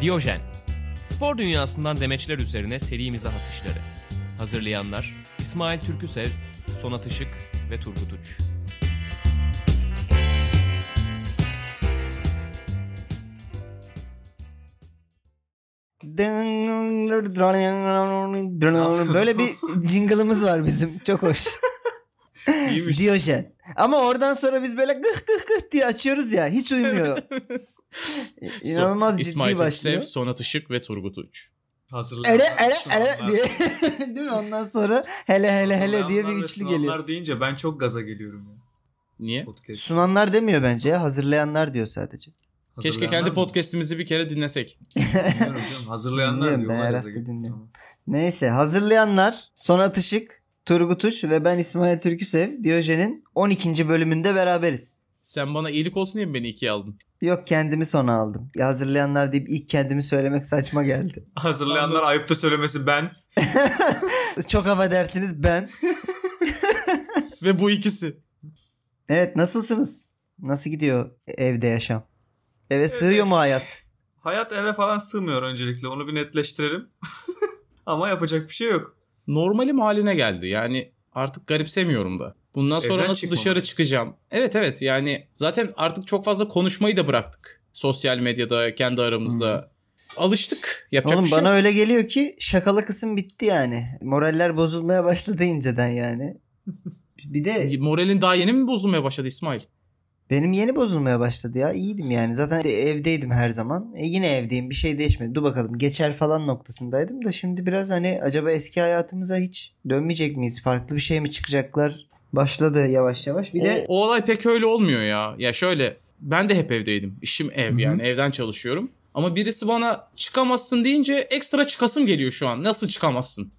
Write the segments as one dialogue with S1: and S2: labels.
S1: Diyojen. Spor dünyasından demeçler üzerine serimize atışları. Hazırlayanlar İsmail Türküsev, Sonat Işık ve Turgut Uç.
S2: Böyle bir jingle'ımız var bizim. Çok hoş.
S3: İyiymiş.
S2: Diyojen. Ama oradan sonra biz böyle gıh gıh gıh diye açıyoruz ya. Hiç uymuyor. İnanılmaz
S3: So-
S2: ciddi
S3: İsmail
S2: başlıyor.
S3: Türksev, Sonat Işık ve Turgut Uç.
S4: Hazırlayanlar
S2: Ele
S4: ve
S2: ele ele
S4: sunanlar-
S2: diye. Değil mi? Ondan sonra hele hele hele diye bir
S4: Hazırlayanlar ve
S2: üçlü
S4: sunanlar
S2: geliyor.
S4: deyince ben çok gaza geliyorum ya.
S3: Niye?
S4: Podcast.
S2: Sunanlar demiyor bence ya. Hazırlayanlar diyor sadece.
S3: Keşke
S4: Hazırlayanlar
S3: kendi
S4: mı?
S3: podcast'imizi bir kere dinlesek.
S4: Bilmiyorum canım. Hazırlayanlar
S2: Dinliyorum,
S4: diyor.
S2: ben
S4: ona
S2: Erhak'ta
S4: gaza geliyor.
S2: dinliyorum.
S4: Tamam.
S2: Neyse hazırlayanlar Sonat Işık, Turgut Uç ve ben İsmail Türküsev Diyojen'in 12. bölümünde beraberiz.
S3: Sen bana iyilik olsun diye mi beni ikiye aldın?
S2: Yok kendimi sona aldım. Ya hazırlayanlar deyip ilk kendimi söylemek saçma geldi.
S4: Hazırlayanlar ayıpta söylemesi ben.
S2: Çok affedersiniz ben.
S3: Ve bu ikisi.
S2: Evet nasılsınız? Nasıl gidiyor evde yaşam? Eve sığıyor mu hayat?
S4: Hayat eve falan sığmıyor öncelikle. Onu bir netleştirelim. Ama yapacak bir şey yok.
S3: Normalim haline geldi. Yani artık garipsemiyorum da. Bundan sonra
S4: Evden
S3: nasıl
S4: çıkmamak.
S3: dışarı çıkacağım? Evet evet yani zaten artık çok fazla konuşmayı da bıraktık. Sosyal medyada, kendi aramızda. Alıştık. Yapacak
S2: Oğlum
S3: bir şey
S2: bana
S3: yok.
S2: öyle geliyor ki şakalı kısım bitti yani. Moraller bozulmaya başladı inceden yani. Bir de
S3: Moralin daha yeni mi bozulmaya başladı İsmail?
S2: Benim yeni bozulmaya başladı ya. İyiydim yani. Zaten evdeydim her zaman. E yine evdeyim. Bir şey değişmedi. Dur bakalım. Geçer falan noktasındaydım da şimdi biraz hani acaba eski hayatımıza hiç dönmeyecek miyiz? Farklı bir şey mi çıkacaklar? Başladı yavaş yavaş. Bir de
S3: o, o olay pek öyle olmuyor ya. Ya şöyle ben de hep evdeydim. İşim ev
S2: Hı hı.
S3: yani evden çalışıyorum. Ama birisi bana çıkamazsın deyince ekstra çıkasım geliyor şu an. Nasıl çıkamazsın?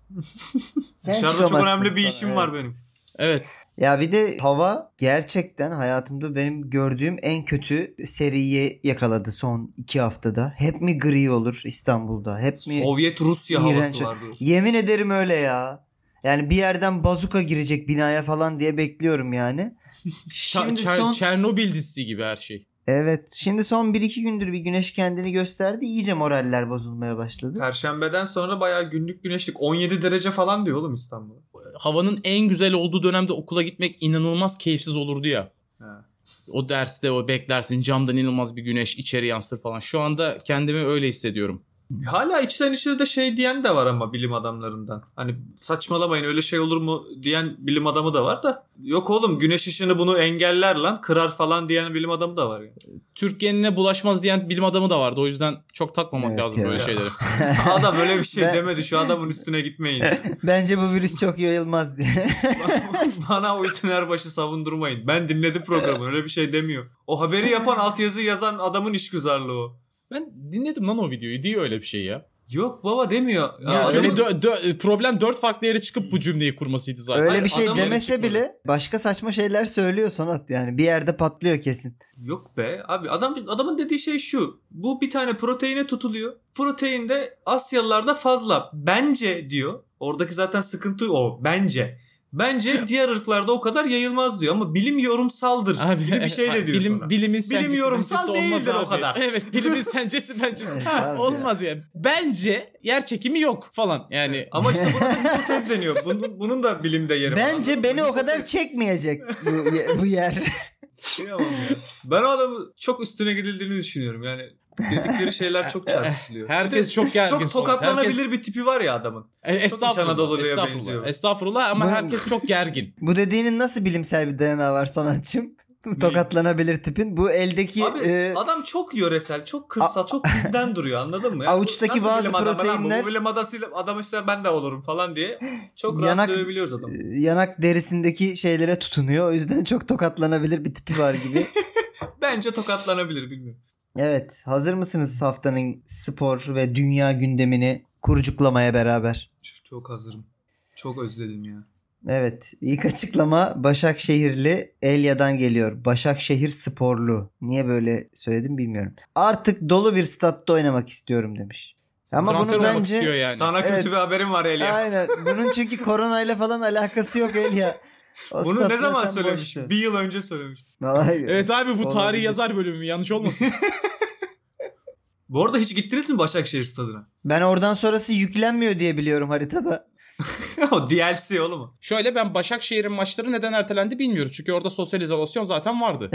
S2: sen
S4: Dışarıda çok
S2: çıkamazsın
S4: önemli bir
S2: falan.
S4: işim
S2: Evet.
S4: var benim.
S3: Evet.
S2: Ya bir de hava gerçekten hayatımda benim gördüğüm en kötü seriyi yakaladı son iki haftada. Hep mi gri olur İstanbul'da? Hep mi...
S4: Sovyet Rusya
S2: İğrenç.
S4: havası vardı.
S2: Yemin ederim öyle ya. Yani bir yerden bazuka girecek binaya falan diye bekliyorum yani.
S3: Ç-
S2: Şimdi
S3: Çer-
S2: son
S3: Çernobil dizisi gibi her şey.
S2: Evet, şimdi son 1-2 gündür bir güneş kendini gösterdi. İyice moraller bozulmaya başladı.
S4: Perşembeden sonra bayağı günlük güneşlik. 17 derece falan diyor oğlum İstanbul.
S3: Havanın en güzel olduğu dönemde okula gitmek inanılmaz keyifsiz olurdu ya.
S4: Ha.
S3: O derste o beklersin camdan inanılmaz bir güneş içeri yansır falan. Şu anda kendimi öyle hissediyorum.
S4: Hala içten içe de şey diyen de var ama bilim adamlarından. Hani saçmalamayın öyle şey olur mu diyen bilim adamı da var da. Yok oğlum güneş ışını bunu engeller lan kırar falan diyen bilim adamı da var yani.
S3: Türk genine bulaşmaz diyen bilim adamı da vardı. O yüzden çok takmamak
S2: Evet
S3: lazım
S2: ya.
S3: böyle şeylere.
S4: Adam öyle bir şey
S2: Ben-
S4: demedi şu adamın üstüne gitmeyin.
S2: Bence bu virüs çok yayılmaz diye.
S4: Bana Uytun Erbaş'ı savundurmayın. Ben dinledim programı öyle bir şey demiyor. O haberi yapan altyazı yazan adamın işgüzarlığı o.
S3: Ben dinledim lan o videoyu. Diyor öyle bir şey ya.
S4: Yok baba demiyor. Ya
S2: Ya
S4: adamın-
S3: Öyle dö- dö- problem dört farklı yere çıkıp bu cümleyi kurmasıydı zaten.
S2: Öyle
S4: Hayır,
S2: bir şey
S4: adam
S2: demese
S3: öyle çıkmadı.
S2: bile başka saçma şeyler söylüyor Sonat yani. Bir yerde patlıyor kesin.
S4: Yok be abi adam adamın dediği şey şu. Bu bir tane proteine tutuluyor. Proteinde Asyalılarda fazla. Bence diyor. Oradaki zaten sıkıntı o. Bence. Bence diğer ırklarda o kadar yayılmaz diyor ama bilim yorumsaldır
S3: Abi,
S4: gibi bir şey de
S3: evet,
S4: diyor
S3: bilim,
S4: sonra.
S3: Bilimin
S4: Bilim
S3: sencesi
S4: yorumsal
S3: bencesi olmaz
S4: değildir o
S3: abi.
S4: kadar.
S3: Evet bilimin sencesi bencesi.
S2: Evet, abi ya.
S3: olmaz ya. Bence yer çekimi yok falan yani.
S4: Ama işte buna da hipotez deniyor. Bunun, bunun da bilimde yeri var.
S2: Bence beni o kadar çekmeyecek bu, ye- bu yer.
S4: Kıyamam ya. Ben o adamı çok üstüne gidildiğini düşünüyorum. Yani dedikleri şeyler çok çarpıtılıyor.
S3: Herkes çok gergin.
S4: çok
S3: falan.
S4: tokatlanabilir
S3: Herkes-
S4: bir tipi var ya adamın.
S3: E,
S4: İç Anadolu'ya benziyor.
S3: estağfurullah. estağfurullah ama
S2: Bu-
S3: herkes çok gergin.
S2: Bu dediğinin nasıl bilimsel bir dayanağı var Sonatçım? Bu Tokatlanabilir tipin. Bu eldeki
S4: Abi
S2: e,
S4: adam çok yöresel, çok kırsal, çok bizden duruyor anladın mı? ya?
S2: Avuçtaki
S4: Nasıl
S2: bazı
S4: bilim adamı lan bu?
S2: proteinler-
S4: Bu bilim adasıyla, adamıysa ben de olurum falan diye çok
S2: Yanak-
S4: rahat dövebiliyoruz adamı.
S2: e, yanak derisindeki şeylere tutunuyor. O yüzden çok tokatlanabilir bir tipi var gibi.
S4: Bence tokatlanabilir bilmiyorum.
S2: Evet, hazır mısınız haftanın spor ve dünya gündemini kurucuklamaya beraber?
S4: Ç- Çok hazırım. Çok özledim ya.
S2: Evet, ilk açıklama Başakşehirli Elya'dan geliyor. Başakşehir sporlu. Niye böyle söyledim bilmiyorum. Artık dolu bir statta oynamak istiyorum demiş. Ama
S3: Transfer
S2: bunu
S3: olmak
S2: bence
S3: istiyor yani.
S4: Sana kötü
S2: Evet.
S4: bir haberim var Elia.
S2: Aynen. Bunun çünkü koronayla falan alakası yok Elya. O
S4: Bunu
S2: stat
S4: ne zaman
S2: zaten
S4: söylemiş?
S2: boştu.
S4: Bir yıl önce söylemiş.
S2: Vallahi
S3: Evet abi bu
S2: Olabilir.
S3: tarihi yazar bölümü yanlış olmasın.
S4: Bu arada hiç gittiniz mi Başakşehir stadına?
S2: Ben oradan sonrası yüklenmiyor diye biliyorum haritada.
S4: o DLC oğlum o.
S3: Şöyle ben Başakşehir'in maçları neden ertelendi bilmiyorum. Çünkü orada sosyal izolasyon zaten vardı.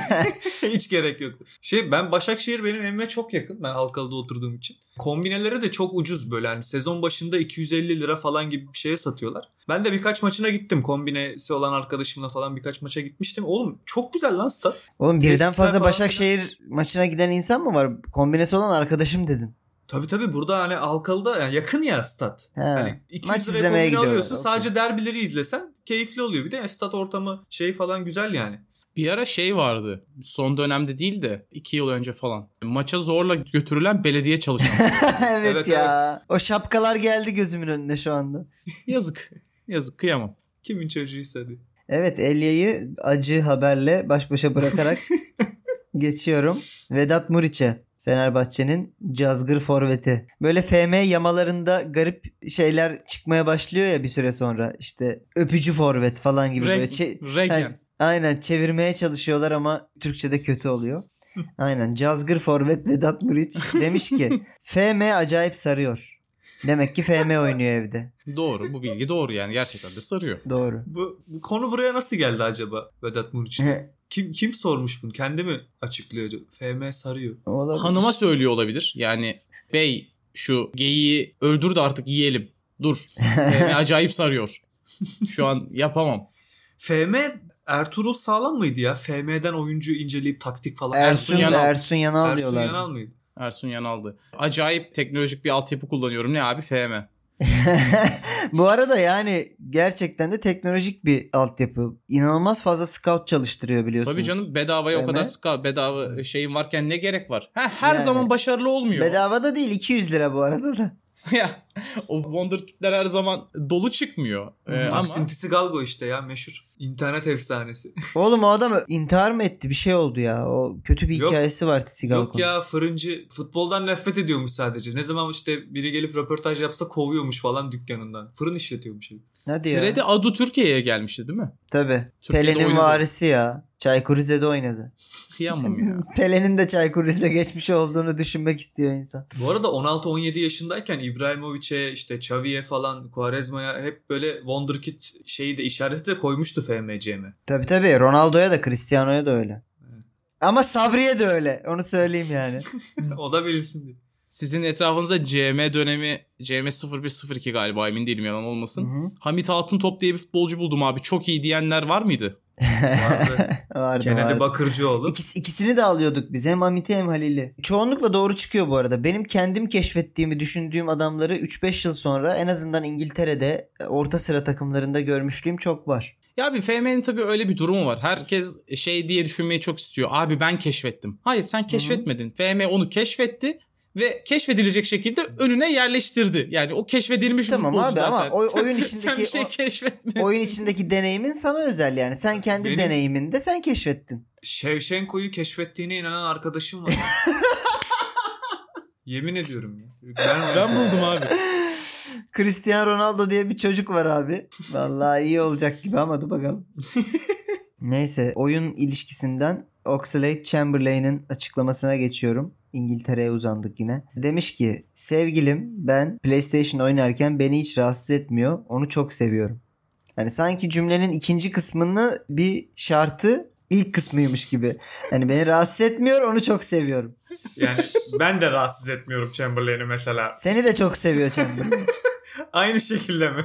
S4: Hiç gerek yoktu. Şey ben Başakşehir benim evime çok yakın. Ben Halkalı'da oturduğum için. Kombinelere de çok ucuz böyle. Hani sezon başında 250 lira falan gibi bir şeye satıyorlar. Ben de birkaç maçına gittim. Kombinesi olan arkadaşımla falan birkaç maça gitmiştim. Oğlum çok güzel lan stat.
S2: Oğlum birden
S4: Tesisler
S2: fazla
S4: falan
S2: Başakşehir maçına giden insan mı var? Kombinesi olan arkadaşım dedin.
S4: Tabii tabii burada hani Halkalı'da yani yakın ya stat.
S2: He.
S4: Hani 200
S2: Maç
S4: liraya
S2: izlemeye
S4: kombine
S2: gidiyorlar,
S4: alıyorsun.
S2: okey.
S4: Sadece derbileri izlesen keyifli oluyor. Bir de stat ortamı şey falan güzel yani.
S3: Bir ara şey vardı. Son dönemde değil de 2 yıl önce falan. Maça zorla götürülen belediye çalışanı.
S2: evet,
S4: Evet,
S2: ya. O şapkalar geldi gözümün önüne şu anda.
S3: Yazık. Yazık kıyamam.
S4: Kimin çocuğuysa hadi.
S2: Evet Elia'yı acı haberle baş başa bırakarak geçiyorum. Vedat Muriç'e. Fenerbahçe'nin cazgır forveti. Böyle FM yamalarında garip şeyler çıkmaya başlıyor ya bir süre sonra. İşte öpücü forvet falan gibi böyle. şey-
S3: Reg,
S2: çe-
S3: Regen.
S2: Yani, aynen çevirmeye çalışıyorlar ama Türkçe'de kötü oluyor. Aynen Cazgır Forvet Vedat Muriç demiş ki FM acayip sarıyor. Demek ki FM oynuyor evde.
S3: Doğru. Bu bilgi doğru yani. Gerçekten de sarıyor.
S2: Doğru.
S4: Bu, bu konu buraya nasıl geldi acaba Vedat Muriç? Kim kim sormuş bunu? Kendi mi açıklıyor? acaba? FM sarıyor.
S2: Olabilir.
S3: Hanıma söylüyor olabilir. Yani bey şu geyiği öldür de artık yiyelim. Dur. Beni acayip sarıyor. Şu an yapamam.
S4: FM Ertuğrul sağlam mıydı ya? FM'den oyuncu inceleyip taktik falan.
S2: Ersun,
S3: Ersun
S2: Yanal.
S3: Yanal.
S2: Ersun Yanal
S4: Ersun
S2: diyorlar.
S4: Yanal mıydı?
S3: Ersun Yanal'dı. Acayip teknolojik bir altyapı kullanıyorum. Ne abi FM.
S2: Bu arada yani gerçekten de teknolojik bir altyapı. İnanılmaz fazla scout çalıştırıyor biliyorsunuz.
S3: Tabii canım bedavaya
S2: FM.
S3: o kadar ska- bedava şeyin varken ne gerek var? Ha, her
S2: Yani.
S3: zaman başarılı olmuyor.
S2: Bedava da değil 200 lira bu arada da.
S3: ya o wonder kitler her zaman dolu çıkmıyor. Ee, ama
S4: Maxintisi Galgo işte ya meşhur. İnternet efsanesi.
S2: Oğlum o adam intihar mı etti bir şey oldu ya. O kötü bir
S4: Yok.
S2: hikayesi var Tisigalko'nun.
S4: Yok ya fırıncı futboldan nefret ediyormuş sadece. Ne zaman işte biri gelip röportaj yapsa kovuyormuş falan dükkanından. Fırın işletiyormuş. herif.
S2: Hadi ya.
S3: Freddy Adu Türkiye'ye gelmişti değil mi?
S2: Tabii.
S3: Türkiye'de
S2: Pelin'in
S3: oynadı.
S2: varisi ya. Çaykur Rize'de oynadı.
S3: Kıyamam ya.
S2: Pelin'in de Çaykur Rize geçmişi olduğunu düşünmek istiyor insan.
S4: Bu arada 16-17 yaşındayken İbrahimovic'e işte Xavi'ye falan Quaresma'ya hep böyle Wonderkid şeyi de işareti de koymuştu FMC'me.
S2: Tabii tabii. Ronaldo'ya da Cristiano'ya da öyle. Ama Sabri'ye de öyle. Onu söyleyeyim yani.
S4: o da bilinsin diye.
S3: Sizin etrafınızda CM dönemi CM 0102 galiba emin değilim yalan olmasın.
S2: Hı hı.
S3: Hamit Altıntop diye bir futbolcu buldum abi. Çok iyi diyenler var mıydı?
S4: Vardı.
S2: vardı vardı.
S4: Kennedy Bakırcıoğlu.
S2: İkisi, ikisini de alıyorduk biz. Hem Hamit'i hem Halil'i. Çoğunlukla doğru çıkıyor bu arada. Benim kendim keşfettiğimi düşündüğüm adamları 3-5 yıl sonra en azından İngiltere'de e, orta sıra takımlarında görmüşlüğüm çok var.
S3: Ya bir FM'nin tabii öyle bir durumu var. Herkes şey diye düşünmeyi çok istiyor. Abi ben keşfettim. Hayır sen keşfetmedin. FM onu keşfetti ve keşfedilecek şekilde önüne yerleştirdi. Yani o keşfedilmiş bir
S2: Tamam
S3: futbolcu
S2: abi ama
S3: zaten.
S2: oy-
S3: Sen-
S2: oyun
S3: sen
S2: içindeki
S3: bir şey
S2: o-
S3: keşfetmedin.
S2: Oyun içindeki deneyimin sana özel yani. Sen kendi
S4: Benim-
S2: deneyiminde sen keşfettin.
S4: Şevşenko'yu keşfettiğine inanan arkadaşım var. Yemin ediyorum ya. Ben,
S3: Ben buldum abi.
S2: Cristiano Ronaldo diye bir çocuk var abi. Vallahi iyi olacak gibi ama dur bakalım. Neyse oyun ilişkisinden Oxlade Chamberlain'in açıklamasına geçiyorum. İngiltere'ye uzandık yine. Demiş ki sevgilim ben PlayStation oynarken beni hiç rahatsız etmiyor. Onu çok seviyorum. Yani sanki cümlenin ikinci kısmını bir şartı ilk kısmıymış gibi. Hani beni rahatsız etmiyor onu çok seviyorum.
S4: yani ben de rahatsız etmiyorum Chamberlain'i mesela.
S2: Seni de çok seviyor Chamberlain.
S4: Aynı şekilde mi?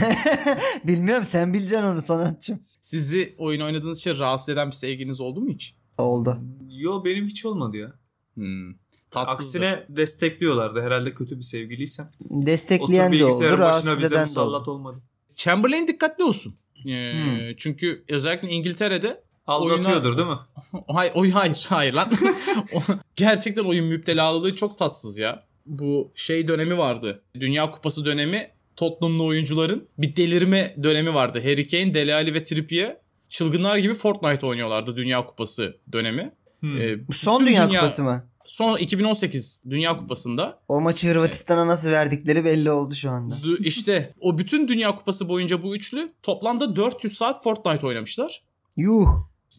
S2: Bilmiyorum sen bileceksin onu sanatçım.
S3: Sizi oyun oynadığınız için rahatsız eden bir sevginiz oldu mu hiç?
S2: Oldu.
S4: Yo benim hiç olmadı ya.
S3: Hmm. Tatsızdır.
S4: Aksine destekliyorlardı. Herhalde kötü bir sevgiliysem. Otur
S2: Destekleyen de oldu,
S4: bilgisayarın başına
S2: rahatsız
S4: bize
S2: eden de oldu.
S4: musallat olmadı.
S3: Chamberlain dikkatli olsun. Ee,
S2: Hmm.
S3: Çünkü özellikle İngiltere'de
S4: Aldatıyordur
S3: Oyuna-
S4: değil mi?
S3: hay oy hayır hayır lan. O- Gerçekten oyun müptelalığı çok tatsız ya. Bu şey dönemi vardı. Dünya Kupası dönemi Tottenham'lı oyuncuların bir delirme dönemi vardı. Harry Kane, Dele Alli ve Trippier çılgınlar gibi Fortnite oynuyorlardı Dünya Kupası dönemi.
S4: Hmm.
S3: Ee,
S2: Bu son
S3: bütün
S2: Dünya Kupası mı?
S3: Son 2018 Dünya Kupası'nda
S2: O maçı Hırvatistan'a nasıl verdikleri belli oldu şu anda.
S3: Du- işte o bütün Dünya Kupası boyunca bu üçlü toplamda 400 saat Fortnite oynamışlar.
S2: Yuh.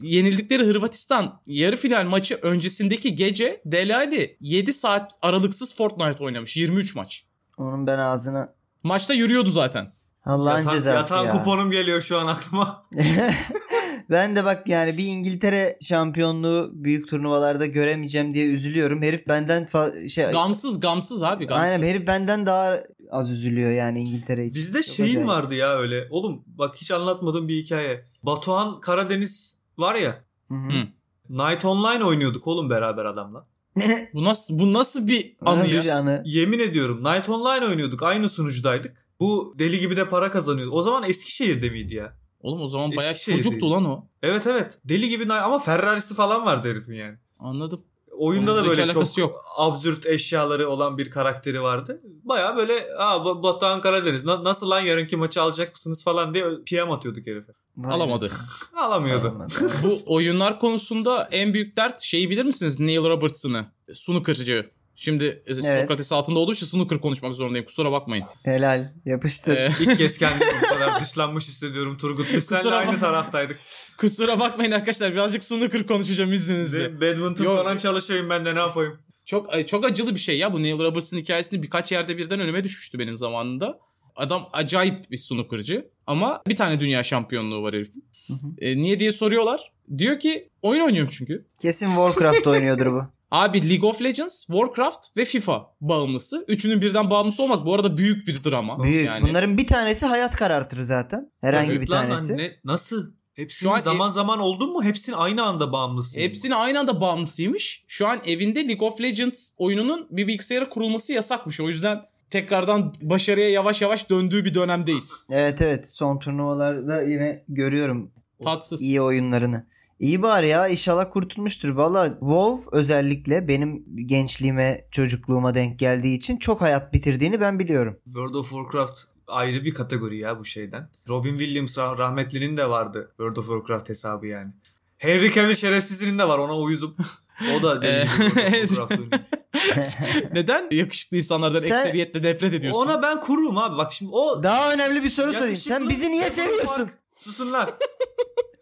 S3: Yenildikleri Hırvatistan yarı final maçı öncesindeki gece Delali 7 saat aralıksız Fortnite oynamış. 23 maç.
S2: Onun ben ağzına
S3: Maçta yürüyordu zaten.
S2: Allah'ın
S4: Yatan,
S2: cezası
S4: yatan
S2: ya.
S4: kuponum geliyor şu an aklıma.
S2: ben de bak yani bir İngiltere şampiyonluğu büyük turnuvalarda göremeyeceğim diye üzülüyorum. Herif benden fa- şey
S3: Gamsız gamsız abi gamsız.
S2: Aynen herif benden daha az üzülüyor yani İngiltere için.
S4: Bizde
S2: Çok
S4: şeyin
S2: acayip.
S4: vardı ya öyle. Oğlum bak hiç anlatmadığım bir hikaye. Batuhan Karadeniz var ya.
S2: Hı hı.
S3: Hı.
S4: Night Online oynuyorduk oğlum beraber adamla.
S3: Bu nasıl bu nasıl bir anı
S2: Nasıl
S3: ya?
S2: bir anı?
S4: Yemin ediyorum Night Online oynuyorduk. Aynı sunucudaydık. Bu deli gibi de para kazanıyordu. O zaman Eskişehir'de miydi ya?
S3: Oğlum o zaman bayağı
S4: Eskişehir'deydi.
S3: çocuktu lan o.
S4: Evet evet. Deli gibi Ni- ama Ferrari'si falan vardı herifin yani.
S3: Anladım.
S4: Oyunda da
S3: Oyunla
S4: böyle
S3: alakası
S4: çok
S3: yok.
S4: absürt eşyaları olan bir karakteri vardı. Baya böyle aa Ba- Batuhan Karadeniz na- nasıl lan yarınki maçı alacak mısınız falan diye PM atıyorduk herife.
S2: Vay
S3: Alamadı.
S2: be.
S4: Alamıyordu.
S2: Alamadı.
S3: Bu oyunlar konusunda en büyük dert şeyi bilir misiniz? Neil Robertson'ı. Snooker'cı. Şimdi e,
S2: Evet.
S3: Sokrates altında olduğu için snooker konuşmak zorundayım. Kusura bakmayın.
S2: Helal. Yapıştır.
S3: Ee,
S4: İlk kez kendimi bu kadar dışlanmış hissediyorum Turgut. Biz seninle
S3: Kusura
S4: aynı
S3: bakma.
S4: taraftaydık.
S3: kusura bakmayın arkadaşlar. Birazcık snooker konuşacağım
S4: Bizim
S3: izninizle.
S4: Badminton
S3: Yok.
S4: falan çalışayım ben de ne yapayım.
S3: Çok ay, çok acılı bir şey ya. Bu Neil Robertson hikayesini birkaç yerde birden önüme düşmüştü benim zamanında. Adam acayip bir snooker'cı ama bir tane dünya şampiyonluğu var herifin.
S2: Hı hı.
S3: E, niye diye soruyorlar. Diyor ki oyun oynuyorum çünkü.
S2: Kesin Warcraft oynuyordur bu.
S3: Abi League of Legends, Warcraft ve FIFA bağımlısı. Üçünün birden bağımlısı olmak bu arada büyük bir drama.
S2: Büyük.
S3: Yani
S2: Bunların bir tanesi hayat karartır zaten. Herhangi
S4: Evet
S2: bir
S4: lan,
S2: tanesi.
S4: anne, nasıl? Hepsini
S3: Şu an- e-
S4: zaman zaman oldun mu hepsini aynı anda bağımlısın.
S3: Hepsini aynı anda bağımlısıymış. Şu an evinde League of Legends oyununun bir bilgisayara kurulması yasakmış. O yüzden tekrardan başarıya yavaş yavaş döndüğü bir dönemdeyiz.
S2: Evet evet. Son turnuvalarda yine görüyorum
S3: Tatsız.
S2: iyi oyunlarını. İyi bari ya inşallah kurtulmuştur. Valla WoW özellikle benim gençliğime, çocukluğuma denk geldiği için çok hayat bitirdiğini ben biliyorum.
S4: World of Warcraft ayrı bir kategori ya bu şeyden. Robin Williams rah- rahmetlinin de vardı World of Warcraft hesabı yani. Henry Cavill şerefsizinin de var ona uyuzum. O da deli gibi World of
S3: Evet.
S4: Warcraft oynuyor.
S3: Neden yakışıklı insanlardan
S2: Sen-
S3: ekseriyetle nefret ediyorsun?
S4: Ona ben kurum abi. Bak şimdi o
S2: Daha önemli bir soru sorayım.
S4: Yakışıklı-
S2: Sen bizi niye seviyorsun?
S4: Fark- Susun lan.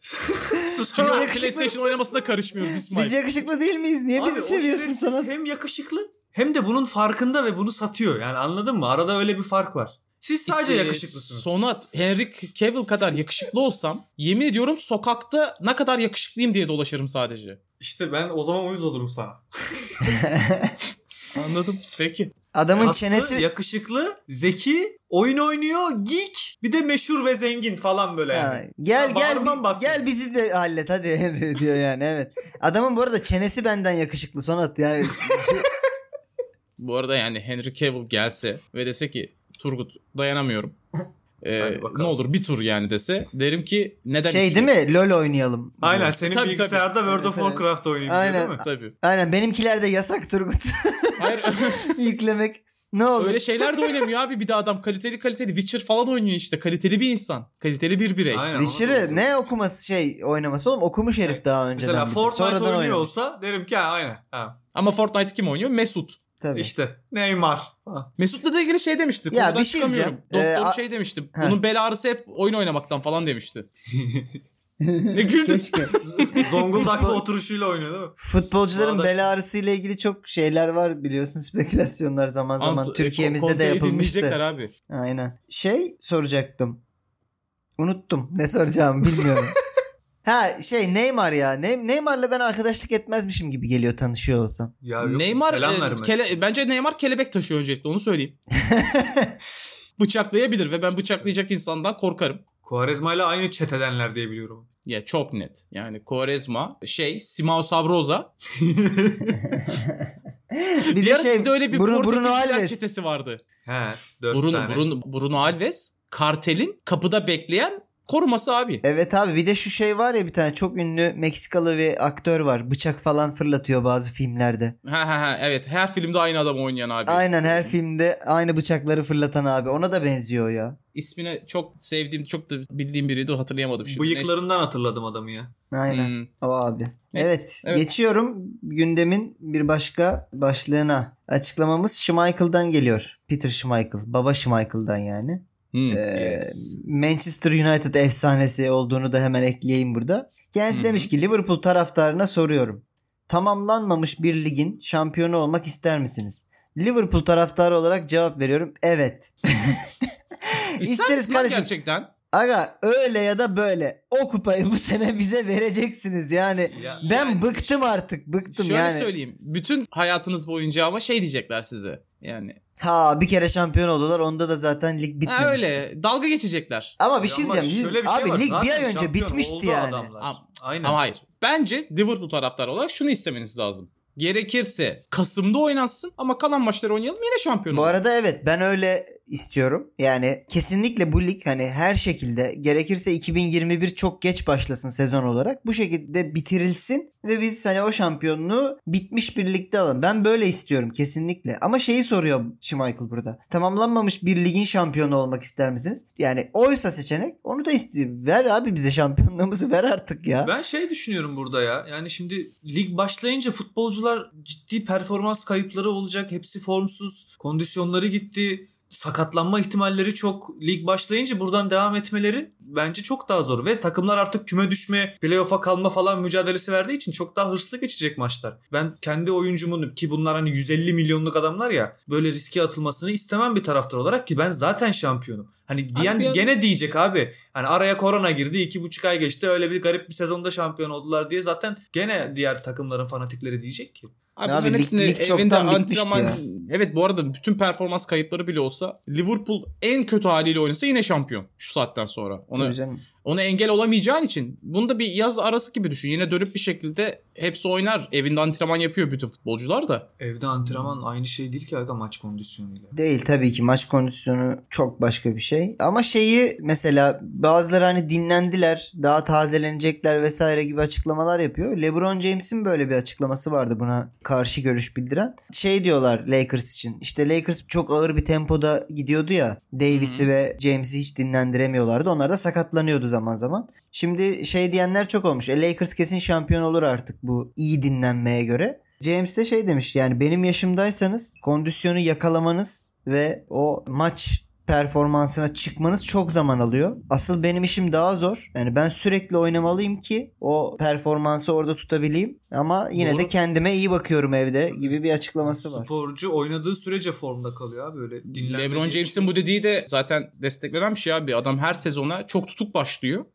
S4: Susun
S3: Çünkü
S4: lan.
S2: yakışıklı-
S3: PlayStation oynamasına karışmıyoruz İsmail.
S2: Biz yakışıklı değil miyiz? Niye
S4: Abi
S2: bizi
S4: o
S2: seviyorsun
S4: şerefsiz
S2: sana?
S4: Hem yakışıklı hem de bunun farkında ve bunu satıyor. Yani anladın mı? Arada öyle bir fark var. Siz sadece
S3: İşte,
S4: yakışıklısınız.
S3: Sonat, Henry Cavill kadar yakışıklı olsam yemin ediyorum sokakta ne kadar yakışıklıyım diye dolaşırım sadece.
S4: İşte ben o zaman uyuz olurum sana.
S3: Anladım. Peki.
S2: Adamın
S4: Kaslı,
S2: çenesi
S4: yakışıklı, zeki, oyun oynuyor, geek, bir de meşhur ve zengin falan böyle yani.
S2: Ha, gel
S4: Ya
S2: gel
S4: bağırman
S2: bi-
S4: bassın.
S2: gel bizi de hallet hadi Henry diyor yani evet. Adamın bu arada çenesi benden yakışıklı Sonat yani.
S3: Bu arada yani Henry Cavill gelse ve dese ki Turgut dayanamıyorum. Ee,
S4: Hadi bakalım.
S3: ne olur bir tur yani dese derim ki neden
S2: şey
S3: üç
S2: değil
S3: tur?
S2: mi? LoL oynayalım.
S4: Aynen senin
S3: Tabii,
S4: bilgisayarda World of
S2: Evet, evet.
S4: Warcraft oynayayım diyor,
S2: Aynen.
S4: değil mi?
S3: Tabii.
S2: Aynen benimkiler de yasak Turgut
S3: Hayır
S2: yüklemek. Ne olur.
S4: şey
S3: öyle şeyler de oynamıyor abi bir de adam kaliteli kaliteli Witcher falan oynuyor işte kaliteli bir insan kaliteli bir birey.
S4: Aynen, ona da
S2: Witcher'ı
S4: uyuzum.
S2: ne okuması şey oynaması oğlum okumuş herif daha önceden.
S4: Mesela
S2: bir de.
S4: Fortnite
S2: Sonradan
S4: oynuyor
S2: oynamış.
S4: olsa derim ki ha, aynen. Ha.
S3: Ama Fortnite kim oynuyor? Mesut.
S2: Tabii.
S4: İşte Neymar. Ha.
S3: Mesut'la da ilgili şey demişti.
S2: Ya,
S3: konudan
S2: bir şey
S3: çıkamıyorum.
S2: diyeceğim. Ee,
S3: Doktor
S2: a-
S3: şey demişti.
S2: Heh.
S3: Bunun bel ağrısı hep oyun oynamaktan falan demişti. Ne güldün?
S2: Keşke.
S4: Zonguldak'ta oturuşuyla oynuyor değil mi?
S2: Futbolcuların
S4: Bağdaş-
S2: bel ağrısı ile ilgili çok şeyler var biliyorsun spekülasyonlar zaman zaman
S4: e,
S3: Ant- e,
S2: Türkiye'mizde
S3: Kon-
S2: de
S3: Conte'yi dinleyecekler
S2: yapılmıştı.
S3: abi.
S2: Aynen. Şey soracaktım. Unuttum. Ne soracağımı bilmiyorum. ha şey Neymar ya. Ne- Neymar'la ben arkadaşlık etmezmişim gibi geliyor tanışıyor olsam.
S4: Ya yok,
S3: Neymar
S4: selam
S3: e,
S4: vermez.
S3: kele- bence Neymar kelebek taşıyor öncelikle onu söyleyeyim. Bıçaklayabilir ve ben bıçaklayacak insandan korkarım.
S4: Quaresma ile aynı çetedenler diye biliyorum.
S3: Ya çok net. Yani Quaresma, şey, Simao Sabroza.
S2: Bir
S3: Bir,
S2: de
S3: ara
S2: şey
S3: sizde öyle bir
S2: Bruno,
S3: Portekizliler
S2: Bruno Alves.
S3: çetesi vardı.
S4: He, dört
S3: Bruno,
S4: tane.
S3: Bruno, Bruno Alves kartelin kapıda bekleyen koruması abi.
S2: Evet abi bir de şu şey var ya bir tane çok ünlü Meksikalı bir aktör var. Bıçak falan fırlatıyor bazı filmlerde.
S3: Ha ha ha evet her filmde aynı adam oynayan abi.
S2: Aynen her filmde aynı bıçakları fırlatan abi. Ona da benziyor ya.
S3: İsmine çok sevdiğim, çok da bildiğim biriydi hatırlayamadım şimdi. Neyse.
S4: Bıyıklarından hatırladım adamı ya.
S2: Aynen.
S3: Hmm.
S2: O abi.
S3: Neyse,
S2: Evet,
S3: evet.
S2: Geçiyorum gündemin bir başka başlığına. Açıklamamız Schmeichel'dan geliyor. Peter Schmeichel. Baba Schmeichel'dan yani.
S3: Hmm,
S2: Ee,
S3: yes.
S2: Manchester United efsanesi olduğunu da hemen ekleyeyim burada. Kendisi
S3: Hı hı.
S2: demiş ki Liverpool taraftarına soruyorum. Tamamlanmamış bir ligin şampiyonu olmak ister misiniz? Liverpool taraftarı olarak cevap veriyorum. Evet.
S3: İster
S2: İsteriz
S3: misin lan
S2: kardeşim.
S3: gerçekten?
S2: Aga öyle ya da böyle o kupayı bu sene bize vereceksiniz yani.
S4: Ya,
S2: Ben bıktım artık. Bıktım
S3: Şöyle
S2: yani.
S3: söyleyeyim. Bütün hayatınız boyunca ama şey diyecekler size. Yani.
S2: Ha bir kere şampiyon oldular. Onda da zaten lig bitmemişti.
S3: Ha, öyle. Dalga geçecekler.
S2: Ama bir şey
S4: Ama
S2: diyeceğim.
S4: şöyle bir şey
S2: abi
S4: var,
S2: lig bir
S4: zaten
S2: ay önce
S4: şampiyon
S2: bitmişti
S4: oldu
S2: yani.
S4: adamlar.
S3: Ama-
S4: Aynen.
S3: Ama hayır. Bence Liverpool taraftarı olarak şunu istemeniz lazım. Gerekirse Kasım'da oynansın ama kalan maçları oynayalım yine şampiyon
S2: Bu
S3: olalım.
S2: arada evet ben öyle istiyorum. Yani kesinlikle bu lig hani her şekilde gerekirse 2021 çok geç başlasın sezon olarak. Bu şekilde bitirilsin ve biz hani o şampiyonluğu bitmiş bir ligde alalım. Ben böyle istiyorum kesinlikle. Ama şeyi soruyor Schmeichel burada. Tamamlanmamış bir ligin şampiyonu olmak ister misiniz? Yani oysa seçenek onu da istiyorum. Ver abi bize şampiyonluğumuzu ver artık ya.
S4: Ben şey düşünüyorum burada ya. Yani şimdi lig başlayınca futbolcular ciddi performans kayıpları olacak. Hepsi formsuz. Kondisyonları gitti. Sakatlanma ihtimalleri çok. Lig başlayınca buradan devam etmeleri bence çok daha zor. Ve takımlar artık küme düşme, playoff'a kalma falan mücadelesi verdiği için çok daha hırslı geçecek maçlar. Ben kendi oyuncumun ki bunlar hani 150 milyonluk adamlar ya böyle riske atılmasını istemem bir taraftar olarak ki ben zaten şampiyonum. Hani diyen
S3: bir-
S4: gene diyecek abi. Hani araya korona girdi. iki buçuk ay geçti. Öyle bir garip bir sezonda şampiyon oldular diye zaten gene diğer takımların fanatikleri diyecek ki.
S3: Abi,
S2: Ne abi,
S3: bunların
S2: lig-
S3: hepsini
S2: lig
S3: evinde
S2: çoktan bitmişti
S3: antrenman...
S2: ya.
S3: Evet bu arada bütün performans kayıpları bile olsa Liverpool en kötü haliyle oynasa yine şampiyon şu saatten sonra. Ona,
S2: Tabii canım.
S3: ona engel olamayacağın için bunu da bir yaz arası gibi düşün. Yine dönüp bir şekilde hepsi oynar. Evinde antrenman yapıyor bütün futbolcular da.
S4: Evde antrenman aynı şey değil ki aga maç kondisyonuyla.
S2: Değil tabii ki maç kondisyonu çok başka bir şey. Ama şeyi mesela bazıları hani dinlendiler, daha tazelenecekler vesaire gibi açıklamalar yapıyor. LeBron James'in böyle bir açıklaması vardı buna karşı görüş bildiren. Şey diyorlar Lakers için. İşte Lakers çok ağır bir tempoda gidiyordu ya. Davis'i ve James'i hiç dinlendiremiyorlardı. Onlar da sakatlanıyordu zaman zaman. Şimdi şey diyenler çok olmuş. E, Lakers kesin şampiyon olur artık bu iyi dinlenmeye göre. James de şey demiş yani benim yaşımdaysanız kondisyonu yakalamanız ve o maç performansına çıkmanız çok zaman alıyor. Asıl benim işim daha zor. Yani ben sürekli oynamalıyım ki o performansı orada tutabileyim. Ama yine de
S4: Doğru.
S2: kendime iyi bakıyorum evde gibi bir açıklaması var.
S4: Sporcu oynadığı sürece formda kalıyor abi böyle dinlenme.
S3: LeBron
S4: diye bir
S3: James'in
S4: şey.
S3: bu dediği de zaten desteklenen bir şey abi. Adam her sezona çok tutuk başlıyor.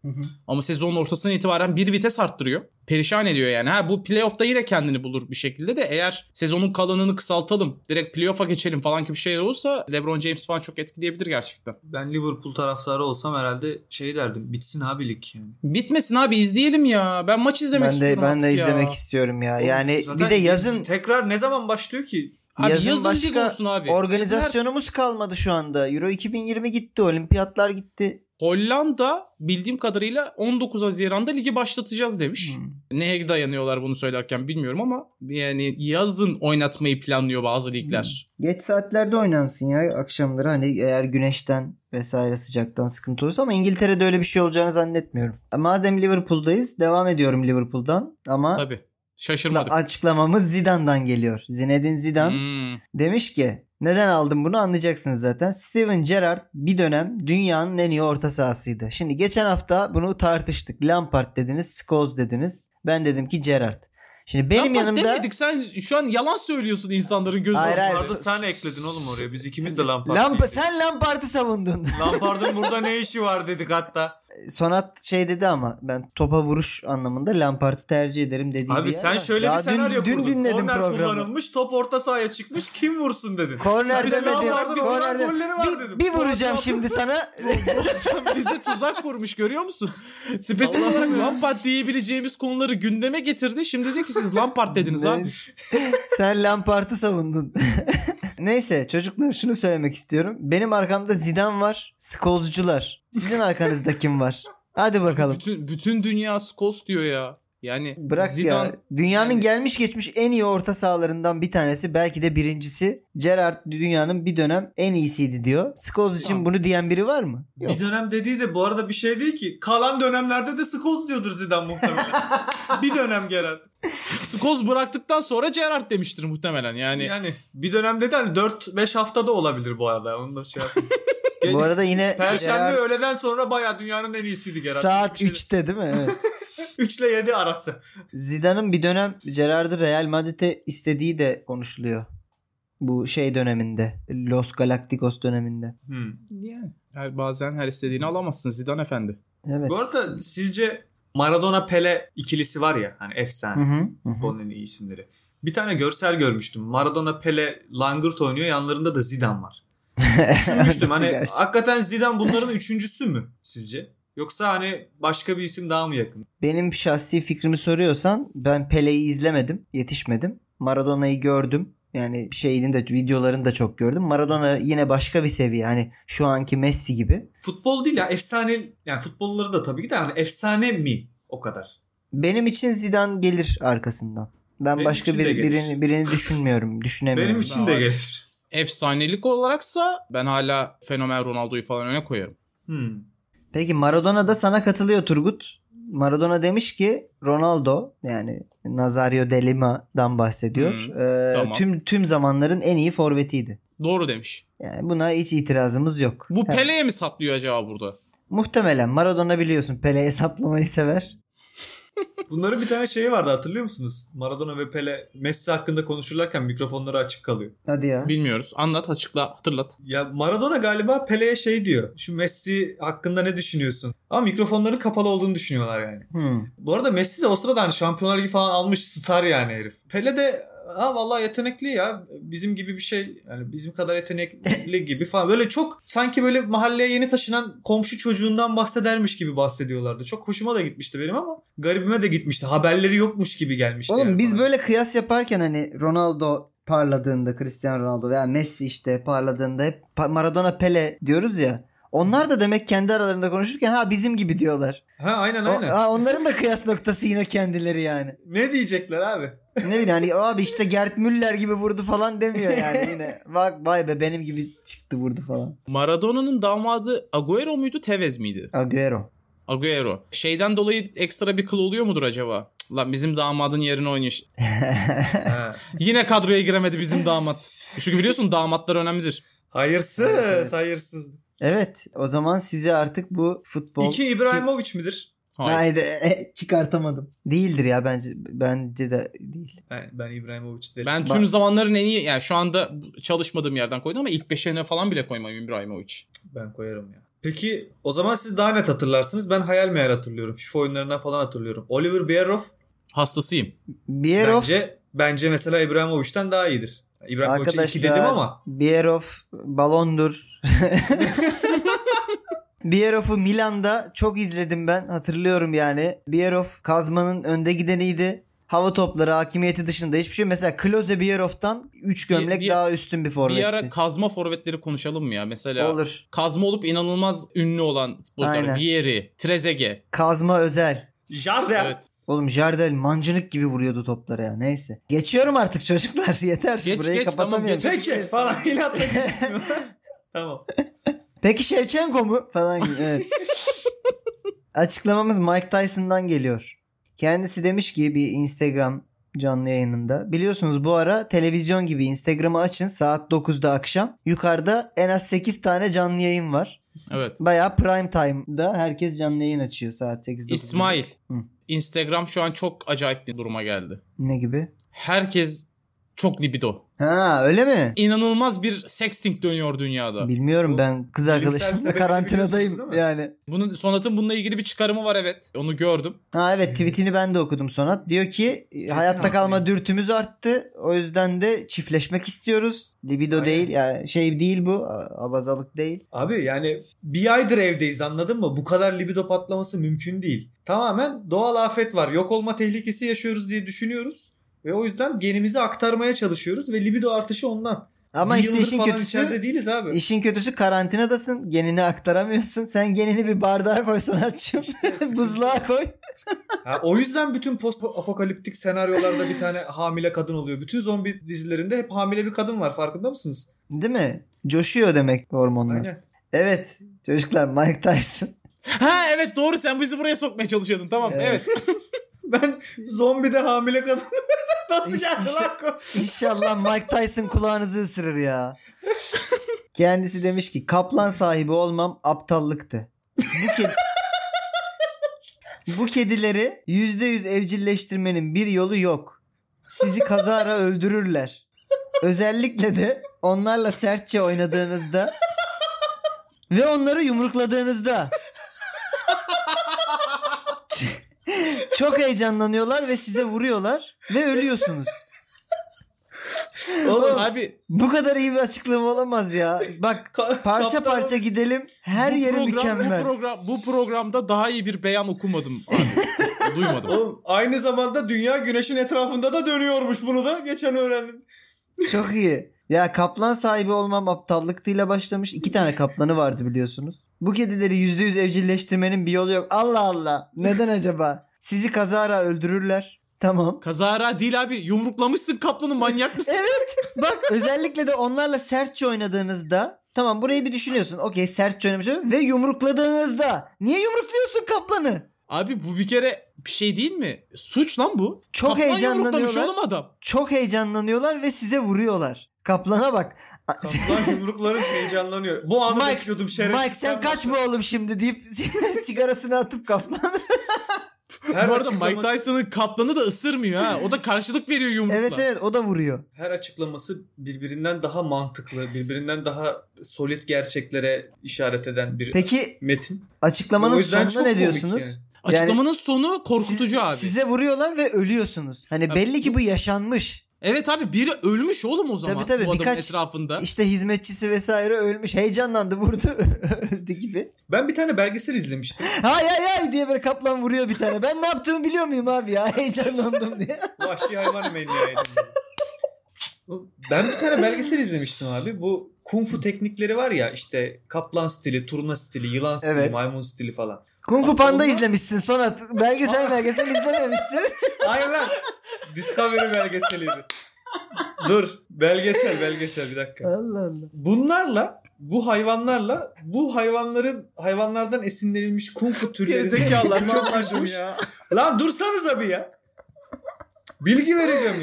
S3: Ama sezonun ortasından itibaren bir vites arttırıyor. Perişan ediyor yani. Ha bu playoff'ta yine kendini bulur bir şekilde de eğer sezonun kalanını kısaltalım, direkt playoff'a geçelim falan gibi bir şey olursa LeBron James falan çok etkileyebilir gerçekten.
S4: ben Liverpool taraftarı olsam herhalde şey derdim. Bitsin abi lig yani.
S3: Bitmesin abi izleyelim ya. Ben maç izlemek
S2: Ben de
S3: istiyorum
S2: ben
S3: artık
S2: de
S3: ya.
S2: izlemek istiyorum ya. Yani
S4: Zaten
S2: bir de yazın
S4: tekrar ne zaman başlıyor ki?
S3: Abi
S2: Yazın
S3: yazın
S2: başka
S3: lig olsun abi. Yazın her-
S2: organizasyonumuz kalmadı şu anda. Euro 2020 gitti, olimpiyatlar gitti.
S3: Hollanda bildiğim kadarıyla 19 Haziran'da ligi başlatacağız demiş.
S2: Hmm.
S3: Neye dayanıyorlar bunu söylerken bilmiyorum ama yani yazın oynatmayı planlıyor bazı ligler.
S2: Geç saatlerde oynansın ya akşamları hani eğer güneşten vesaire sıcaktan sıkıntı olursa ama İngiltere'de öyle bir şey olacağını zannetmiyorum. E, Madem Liverpool'dayız devam ediyorum Liverpool'dan ama
S3: Tabii. Şaşırmadık.
S2: açıklamamız Zidane'dan geliyor. Zinedine Zidane
S3: Hmm.
S2: demiş ki neden aldım bunu anlayacaksınız zaten. Steven Gerrard bir dönem dünyanın en iyi orta sahasıydı. Şimdi geçen hafta bunu tartıştık. Lampard dediniz, Scholes dediniz. Ben dedim ki Gerrard. Şimdi benim
S3: Lampard
S2: yanımda
S3: demedik sen şu an yalan söylüyorsun insanların gözü
S2: Hayır,
S3: önünde.
S2: hayır.
S4: Lampard'ı sen ekledin oğlum oraya. Biz ikimiz de Lampard.
S2: Lampa,
S4: değiliz.
S2: Hani sen Lampard'ı savundun.
S4: Lampard'ın burada ne işi var dedik hatta.
S2: Sonat şey dedi ama ben topa vuruş anlamında Lampard'ı tercih ederim dediği
S4: Abi
S2: bir yer
S4: sen
S2: var.
S4: şöyle
S2: Daha
S4: bir senaryo
S2: dün,
S4: kurdun.
S2: Dün dinledim
S4: Korner
S2: programı.
S4: kullanılmış top orta sahaya çıkmış kim vursun dedin.
S2: Korner
S4: Sen bizim
S2: demedi.
S4: Lampard'ın
S2: Korner
S4: olan
S2: de-
S4: golleri var
S2: bir,
S4: dedim.
S2: bir vuracağım şimdi sana.
S3: Sen bize tuzak kurmuş görüyor musun? Spesifik olarak Lampard diyebileceğimiz konuları gündeme getirdi. Şimdi dedi ki siz Lampard dediniz abi.
S2: Neyse. Sen Lampard'ı savundun. Neyse çocuklar şunu söylemek istiyorum. Benim arkamda Zidane var. Skolcular. Sizin arkanızda kim var? Hadi bakalım.
S3: Bütün, bütün dünya Scholes diyor ya. Yani
S2: Bırak
S3: Zidane
S2: ya. Dünyanın
S3: yani-
S2: gelmiş geçmiş en iyi orta sahalarından bir tanesi. Belki de birincisi. Gerrard dünyanın bir dönem en iyisiydi diyor. Scholes için
S3: Tamam.
S2: bunu diyen biri var mı? Yok.
S4: Bir dönem dediği de bu arada bir şey değil ki. Kalan dönemlerde de Skoz diyordur Zidane muhtemelen. bir dönem gelen.
S3: Scholes bıraktıktan sonra Gerrard demiştir muhtemelen yani.
S4: hani Yani bir dönem dedi hani 4-5 haftada olabilir bu arada. Onu da şey yapayım.
S2: Bu arada yine
S4: Perşembe
S2: Gerard
S4: öğleden sonra bayağı dünyanın en iyisiydi Gerard.
S2: saat
S3: şey-
S2: 3'te değil mi? Evet.
S4: 3 ile 7 arası.
S2: Zidane'ın bir dönem Gerard'ı Real Madrid'e istediği de konuşuluyor. Bu şey döneminde. Los Galacticos döneminde.
S4: Hmm.
S3: Yani. Her, bazen her istediğini alamazsın Zidane efendi.
S2: Evet.
S4: Bu arada sizce Maradona Pele ikilisi var ya hani efsane.
S2: Hı hı, hı hı.
S4: Futbolun en iyi isimleri. Bir tane görsel görmüştüm. Maradona Pele langırt oynuyor. Yanlarında da Zidane var. Düşünmüştüm hani
S2: Nasıl dersin?
S4: hakikaten Zidane bunların üçüncüsü mü sizce? Yoksa hani başka bir isim daha mı yakın?
S2: Benim şahsi fikrimi soruyorsan ben Pele'yi izlemedim. Yetişmedim. Maradona'yı gördüm. Yani şeyini de videolarını da çok gördüm. Maradona yine başka bir seviye. Hani şu anki Messi gibi.
S4: Futbol değil ya efsane yani futbolları da tabii ki de hani efsane mi o kadar?
S2: Benim için Zidane gelir arkasından. Ben
S4: Benim
S2: başka
S4: için
S2: bir,
S4: de gelir.
S2: birini, birini düşünmüyorum. Düşünemiyorum.
S4: Benim için
S3: daha
S4: de
S3: var.
S4: gelir.
S3: Efsanelik olaraksa ben hala fenomen Ronaldo'yu falan öne koyarım.
S4: Hmm.
S2: Peki Maradona da sana katılıyor Turgut. Maradona demiş ki Ronaldo yani Nazario de Lima'dan bahsediyor.
S3: Hı,
S2: Ee,
S3: tamam.
S2: Tüm tüm zamanların en iyi forvetiydi.
S3: Doğru demiş.
S2: Yani buna hiç itirazımız yok.
S3: Bu
S2: Ha,
S3: Pele'ye mi saplıyor acaba burada?
S2: Muhtemelen Maradona biliyorsun Pele hesaplamayı sever.
S4: Bunların bir tane şeyi vardı hatırlıyor musunuz? Maradona ve Pele Messi hakkında konuşurlarken mikrofonları açık kalıyor.
S2: Hadi ya.
S3: Bilmiyoruz. Anlat, açıkla, hatırlat.
S4: Ya Maradona galiba Pele'ye şey diyor. Şu Messi hakkında ne düşünüyorsun? Ama mikrofonların kapalı olduğunu düşünüyorlar yani.
S2: Hmm.
S4: Bu arada Messi de o sırada hani Şampiyonlar Ligi falan almış star yani herif. Pele de ha vallahi yetenekli ya. Bizim gibi bir şey yani bizim kadar yetenekli gibi falan. Böyle çok sanki böyle mahalleye yeni taşınan komşu çocuğundan bahsedermiş gibi bahsediyorlardı. Çok hoşuma da gitmişti benim ama garibime de gitmişti. Haberleri yokmuş gibi gelmişti.
S2: Oğlum
S4: yani
S2: biz
S4: bana.
S2: böyle kıyas yaparken hani Ronaldo parladığında Cristiano Ronaldo veya Messi işte parladığında hep Pa- Maradona Pele diyoruz ya. Onlar da demek kendi aralarında konuşurken ha bizim gibi diyorlar.
S4: Ha aynen
S2: O-
S4: aynen.
S2: ha, onların da kıyas noktası yine kendileri yani.
S4: Ne diyecekler abi?
S2: Ne bileyim hani abi işte Gert Müller gibi vurdu falan demiyor yani yine. Bak vay be benim gibi çıktı vurdu falan.
S3: Maradona'nın damadı Agüero muydu, Tevez miydi?
S2: Agüero.
S3: Agüero. Şeyden dolayı ekstra bir kıl oluyor mudur acaba? Cık, Lan bizim damadın yerine oynuyor.
S4: Ha.
S3: Yine kadroya giremedi bizim damat. Çünkü biliyorsun damatlar önemlidir.
S4: Hayırsız,
S2: Evet, evet.
S4: hayırsız.
S2: Evet o zaman size artık bu futbol...
S4: İki İbrahimovic midir?
S3: Hayır.
S2: Haydi e, çıkartamadım. Değildir ya bence bence de değil.
S4: Ben, ben İbrahimovic derim.
S3: Ben
S2: Bak-
S3: tüm zamanların en iyi yani şu anda çalışmadığım yerden koydum ama ilk beşine falan bile koymayayım İbrahimovic.
S4: Ben koyarım ya. Peki o zaman siz daha net hatırlarsınız. Ben hayal meyal hatırlıyorum. FIFA oyunlarından falan hatırlıyorum. Oliver Bierhoff
S3: Hastasıyım.
S2: Bierhoff,
S4: bence bence mesela İbrahimovic'den daha iyidir. İbrahimovic'e iki
S2: Arkadaşlar-
S4: dedim ama
S2: Bierhoff balondur. Bierhoff'u Milan'da çok izledim ben hatırlıyorum yani. Bierhoff kazmanın önde gideniydi. Hava topları hakimiyeti dışında hiçbir şey. Mesela Klose Bierhoff'tan 3 gömlek
S3: bir-
S2: daha üstün bir forvetti.
S3: Bir ara kazma forvetleri konuşalım mı ya? Mesela
S2: Olur.
S3: kazma olup inanılmaz ünlü olan futbolcular.
S2: Aynen.
S3: Vieri, Trezeguet.
S2: Kazma özel.
S4: Jardel.
S3: Evet.
S2: Oğlum Jardel mancınık gibi vuruyordu toplara ya. Neyse. Geçiyorum artık çocuklar. Yeter.
S3: Geç,
S2: Burayı
S3: geç, tamam,
S2: kapatamıyorum.
S3: geç.
S4: Peki falan inatla geçmiyor. tamam.
S2: Peki Şevçenko mu? Falan gibi. Evet. Açıklamamız Mike Tyson'dan geliyor. Kendisi demiş ki bir Instagram canlı yayınında. Biliyorsunuz bu ara televizyon gibi Instagram'ı açın saat 9'da akşam. Yukarıda en az 8 tane canlı yayın var.
S3: Evet.
S2: Bayağı prime time'da herkes canlı yayın açıyor saat 8'de.
S3: İsmail.
S2: Hı.
S3: Instagram şu an çok acayip bir duruma geldi.
S2: Ne gibi?
S3: Herkes çok libido.
S2: Ha öyle mi?
S3: İnanılmaz bir sexting dönüyor dünyada.
S2: Bilmiyorum
S4: Bu
S2: ben kız
S4: bilimsel
S2: arkadaşımla
S4: sebebini
S2: karantinadayım
S4: biliyorsunuz değil mi?
S2: yani.
S3: Bunun Sonat'ın bununla ilgili bir çıkarımı var evet. Onu gördüm.
S2: Ha
S4: Ee,
S2: evet tweetini ben de okudum Sonat. Diyor ki
S4: Sesini
S2: hayatta kalma
S4: arttırayım.
S2: dürtümüz arttı. O yüzden de çiftleşmek istiyoruz. Libido
S4: Aynen.
S2: değil yani şey değil bu a- abazalık değil.
S4: Abi yani bir aydır evdeyiz anladın mı? Bu kadar libido patlaması mümkün değil. Tamamen doğal afet var. Yok olma tehlikesi yaşıyoruz diye düşünüyoruz. Ve o yüzden genimizi aktarmaya çalışıyoruz ve libido artışı ondan.
S2: Ama
S4: Bir
S2: işte
S4: yıldır
S2: işin
S4: falan
S2: kötüsü
S4: içeride değiliz abi.
S2: işin kötüsü karantinadasın. Genini aktaramıyorsun. Sen genini bir bardağa koy Sonatçığım.
S4: sıkıntı.
S2: Buzluğa koy.
S4: Ha, o yüzden bütün post apokaliptik senaryolarda bir tane hamile kadın oluyor. Bütün zombi dizilerinde hep hamile bir kadın var farkında mısınız?
S2: Değil mi? Coşuyor demek hormonlar.
S4: Aynen.
S2: Evet çocuklar Mike Tyson.
S3: Ha evet doğru sen bizi buraya sokmaya çalışıyordun tamam
S2: Evet.
S3: evet.
S4: Ben zombide hamile kadın nasıl
S2: İşte-
S4: geldi lan?
S2: İnşallah Mike Tyson kulağınızı ısırır ya. Kendisi demiş ki kaplan sahibi olmam aptallıktı. Bu, kedi... Bu kedileri %100 evcilleştirmenin bir yolu yok. Sizi kazara öldürürler. Özellikle de onlarla sertçe oynadığınızda ve onları yumrukladığınızda çok heyecanlanıyorlar ve size vuruyorlar ve ölüyorsunuz.
S4: Oğlum,
S3: Abi
S2: Bu kadar iyi bir açıklama olamaz ya. Bak
S4: ka-
S2: parça
S4: kaptan-
S2: parça gidelim. Her
S3: bu
S2: yeri
S3: program-
S2: mükemmel.
S3: Bu, program, bu programda daha iyi bir beyan okumadım abi. Duymadım.
S4: Oğlum aynı zamanda dünya güneşin etrafında da dönüyormuş bunu da geçen öğrendim.
S2: Çok iyi. Ya kaplan sahibi olmam aptallıktıyla başlamış. İki tane kaplanı vardı biliyorsunuz. Bu kedileri %100 evcilleştirmenin bir yolu yok. Allah Allah. Neden acaba? Sizi kazara öldürürler. Tamam.
S3: Kazara değil abi. Yumruklamışsın kaplanı manyak mısın?
S2: Evet. Bak özellikle de onlarla sertçe oynadığınızda tamam burayı bir düşünüyorsun. Okey sertçe oynamış ve yumrukladığınızda niye yumrukluyorsun kaplanı?
S3: Abi bu bir kere bir şey değil mi? Suç lan bu.
S2: Çok
S3: Kaplan yumruklamış
S2: heyecanlanıyorlar.
S3: oğlum adam.
S2: Çok heyecanlanıyorlar ve size vuruyorlar. Kaplana bak.
S4: Kaplan yumrukların heyecanlanıyor. Bu anı
S2: Mike-
S4: bekliyordum şerefsiz.
S2: Mike sen
S4: başla.
S2: kaçma oğlum şimdi deyip sigarasını atıp kaplan.
S4: Her
S3: bu arada
S4: açıklaması,
S3: Mike Tyson'ın kaplanı da ısırmıyor ha. O da karşılık veriyor yumrukla.
S2: evet evet o da vuruyor.
S4: her açıklaması birbirinden daha mantıklı, birbirinden daha solit gerçeklere işaret eden bir
S2: Peki
S4: metin.
S2: açıklamanın
S4: O yüzden
S2: sonunda
S4: çok
S2: ne
S4: komik
S2: diyorsunuz?
S4: yani.
S3: Açıklamanın sonu korkutucu
S2: Siz-
S3: abi.
S2: Size vuruyorlar ve ölüyorsunuz. Hani
S3: Abi-
S2: belli ki bu yaşanmış.
S3: Evet abi biri ölmüş oğlum o zaman
S2: Tabii, tabii,
S3: bu adamın
S2: birkaç-
S3: etrafında.
S2: İşte hizmetçisi vesaire ölmüş. Heyecanlandı vurdu öldü gibi.
S4: Ben bir tane belgesel izlemiştim.
S2: Hay hay hay diye böyle kaplan vuruyor bir tane. Ben ne yaptığımı biliyor muyum abi ya heyecanlandım diye.
S4: Vahşi hayvan manyağıydım. Ben bir tane belgesel izlemiştim abi. Bu kung fu teknikleri var ya işte kaplan stili, turna stili, yılan stili,
S2: Evet.
S4: maymun stili falan.
S2: Kung Fu Panda
S4: Ondan-
S2: izlemişsin sonra belgesel
S4: Aa.
S2: belgesel izlememişsin.
S4: Hayır lan. Discovery belgeseliydi. Dur. Belgesel belgesel bir dakika.
S2: Allah Allah.
S4: Bunlarla bu hayvanlarla bu hayvanların hayvanlardan esinlenilmiş kung fu türleri
S3: Gerizekalılar,
S4: çok aşmış.
S3: ya.
S4: Lan dursanız abi ya. Bilgi vereceğim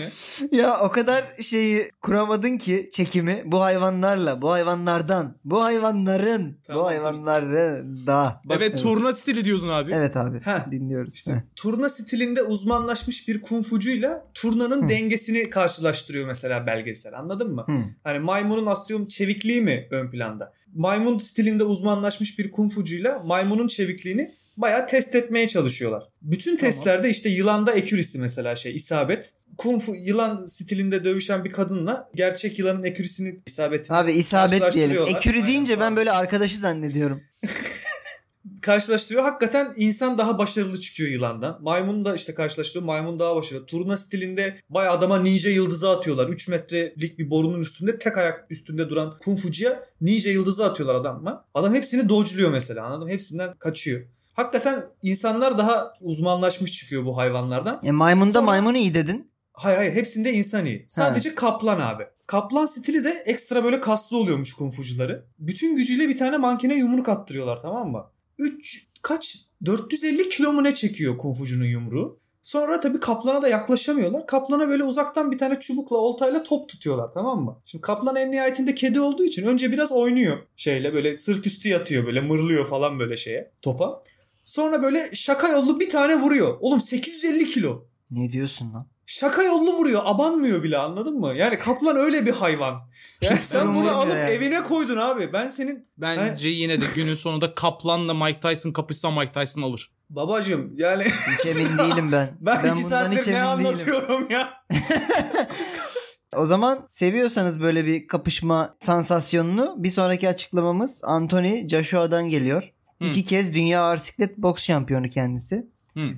S4: ya.
S2: Ya o kadar şeyi kuramadın ki çekimi bu hayvanlarla, bu hayvanlardan, bu hayvanların,
S4: Tamam,
S2: bu hayvanların da.
S3: evet turna stili diyordun abi.
S2: Evet abi
S4: Heh.
S2: dinliyoruz.
S4: İşte
S2: Heh.
S4: turna stilinde uzmanlaşmış bir kungfucuyla turnanın
S2: Hı.
S4: dengesini karşılaştırıyor mesela belgesel. Anladın mı?
S2: Hı.
S4: Hani maymunun astriyum çevikliği mi ön planda? Maymun stilinde uzmanlaşmış bir kungfucuyla maymunun çevikliğini bayağı test etmeye çalışıyorlar. Bütün
S3: Tamam.
S4: testlerde işte yılanda ekürisi mesela şey isabet. Kung fu yılan stilinde dövüşen bir kadınla gerçek yılanın ekürisini isabetini
S2: Abi isabet diyelim.
S4: Karşılaştırıyorlar.
S2: Ekürü
S4: Aynen,
S2: deyince ben
S4: tamam.
S2: böyle arkadaşı zannediyorum.
S4: karşılaştırıyor. Hakikaten insan daha başarılı çıkıyor yılandan. Maymun da işte karşılaştırıyor. Maymun daha başarılı. Turna stilinde bayağı adama ninja yıldızı atıyorlar. 3 metrelik bir borunun üstünde tek ayak üstünde duran kung fucuya ninja yıldızı atıyorlar adamla. Adam hepsini dodge'luyor mesela. Anladın mı? Hepsinden kaçıyor. Hakikaten insanlar daha uzmanlaşmış çıkıyor bu hayvanlardan.
S2: E, maymunda
S4: Sonra-
S2: maymunu iyi dedin.
S4: Hayır hayır hepsinde insan iyi. Sadece kaplan abi. Kaplan stili de ekstra böyle kaslı oluyormuş kungfucuları. Bütün gücüyle bir tane mankene yumruk attırıyorlar tamam mı? 3 kaç 450 kilo mu ne çekiyor kungfucunun yumruğu? Sonra tabii kaplana da yaklaşamıyorlar. Kaplana böyle uzaktan bir tane çubukla oltayla top tutuyorlar tamam mı? Şimdi kaplan en nihayetinde kedi olduğu için önce biraz oynuyor şeyle böyle sırt üstü yatıyor böyle mırlıyor falan böyle şeye topa. Sonra böyle şaka yollu bir tane vuruyor. Oğlum 850 kilo.
S2: Ne diyorsun lan?
S4: Şaka yollu vuruyor. Abanmıyor bile anladın mı? Yani kaplan öyle bir hayvan. Yani
S2: Pis
S4: sen bunu
S2: durumdayım
S4: alıp
S2: ya.
S4: evine koydun abi. Ben senin
S3: Bence yine de günün sonunda kaplanla Mike Tyson kapışsa Mike Tyson alır.
S4: babacığım yani
S2: Hiç emin değilim ben.
S4: ben, iki
S2: bundan hiç
S4: saattir
S2: emin
S4: ne
S2: değilim.
S4: anlatıyorum ya.
S2: O zaman seviyorsanız böyle bir kapışma sansasyonunu bir sonraki açıklamamız Anthony Joshua'dan geliyor.
S3: Hı.
S2: İki kez dünya ağır siklet boks şampiyonu kendisi.
S3: Hı.